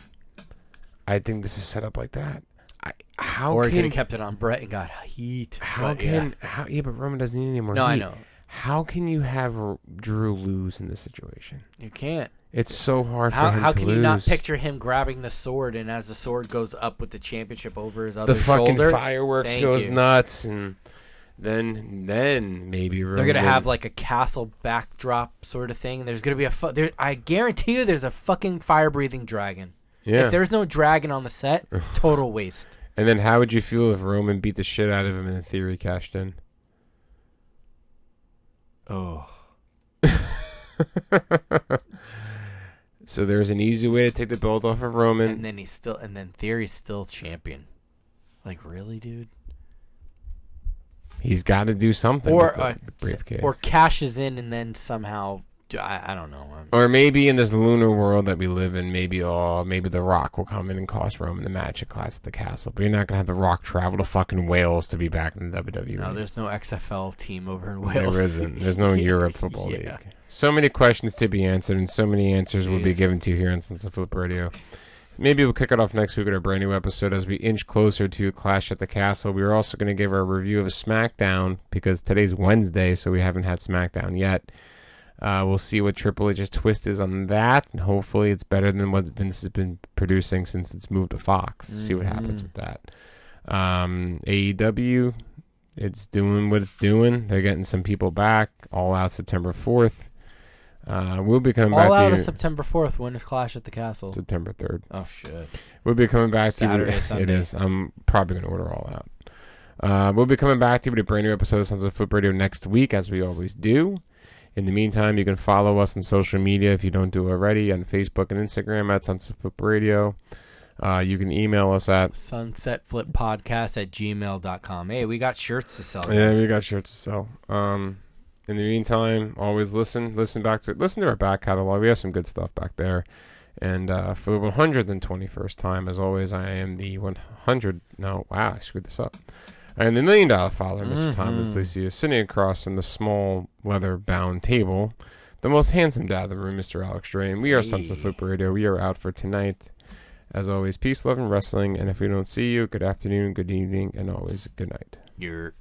S3: I think this is set up like that. I, how
S4: Or he could
S3: can
S4: have kept it on Brett and got heat.
S3: how
S4: but yeah.
S3: can how yeah? But Roman doesn't need any more.
S4: No, I
S3: heat.
S4: know.
S3: How can you have R- Drew lose in this situation?
S4: you can't?
S3: It's so hard
S4: How,
S3: for him
S4: how
S3: to
S4: can you not
S3: lose.
S4: picture him grabbing the sword and as the sword goes up with the championship over his other
S3: the fucking
S4: shoulder,
S3: fireworks
S4: Thank
S3: goes
S4: you.
S3: nuts and then then maybe
S4: They're gonna have like a castle backdrop sort of thing. There's gonna be a fu- there. I guarantee you, there's a fucking fire breathing dragon.
S3: yeah
S4: If there's no dragon on the
S3: (laughs)
S4: set, total waste.
S3: and then how would you feel if roman beat the shit out of him and in theory cashed in
S4: Oh,
S3: (laughs) so there's an easy way to take the belt off of roman
S4: and then he's still, and then Theory's still champion. Like really, dude?
S3: he's got to do something
S4: Or
S3: with the,
S4: uh,
S3: the briefcase
S4: or
S3: or,
S4: cashes in, and then somehow I, I don't know. I'm-
S3: maybe in this lunar world that we live in maybe oh maybe the rock will come in and cost roman the match at class at the castle but you're not gonna have the rock travel to fucking wales to be back in the E. wwe
S4: No, there's no XFL team over in
S3: There
S4: Wales. (laughs)
S3: isn't. There's no Europe Football
S4: Yeah.
S3: League. So many questions to be answered, and so many answers will be
S4: Jeez.
S3: given to you here on Sense of Flip Radio. Maybe we'll kick it off next week with our brand new episode as we inch closer to Clash at the Castle. We are also going to give our review of SmackDown because today's Wednesday, so we haven't had SmackDown yet. Uh, we'll see what Triple H's twist is on that, and hopefully it's better than what Vince has been producing since it's moved to Fox. See what happens
S4: Mhm.
S3: with that. Um, AEW, it's doing what it's doing. They're getting some people back. All out September 4th. Uh, we'll be coming
S4: All
S3: back
S4: out
S3: to
S4: of
S3: you
S4: September fourth. Winners Clash at the Castle.
S3: September 3rd.
S4: Oh shit.
S3: We'll be coming back to
S4: Saturday,
S3: you. (laughs) It
S4: Sunday.
S3: is. I'm probably going to order all out. Uh, we'll be coming back to you with a brand new episode of Sons of Flip Radio next week, as we always do. In the meantime, you can follow us on social media if you don't do already on Facebook and Instagram at Sons of Flip Radio. Uh, you can email us at.
S4: sunsetflippodcast at gmail.com. Hey, we got shirts to sell.
S3: Yeah,
S4: guys.
S3: we got shirts to sell. Um, in the meantime, always listen. Listen back to listen to our back catalog. We have some good stuff back there. And uh, for the 121st time, as always, I am the 100. No, wow, I screwed this up. I am the million dollar father, mister Thomas
S4: Mhm.
S3: Lacey, is sitting across from the small leather bound table. The most handsome dad in the room, Mr. Alex Drain. We are Sons of
S4: Hey.
S3: Flipper Radio. We are out for tonight. As always, peace, love, and wrestling. And if we don't see you, good afternoon, good evening, and always good night.
S4: You're.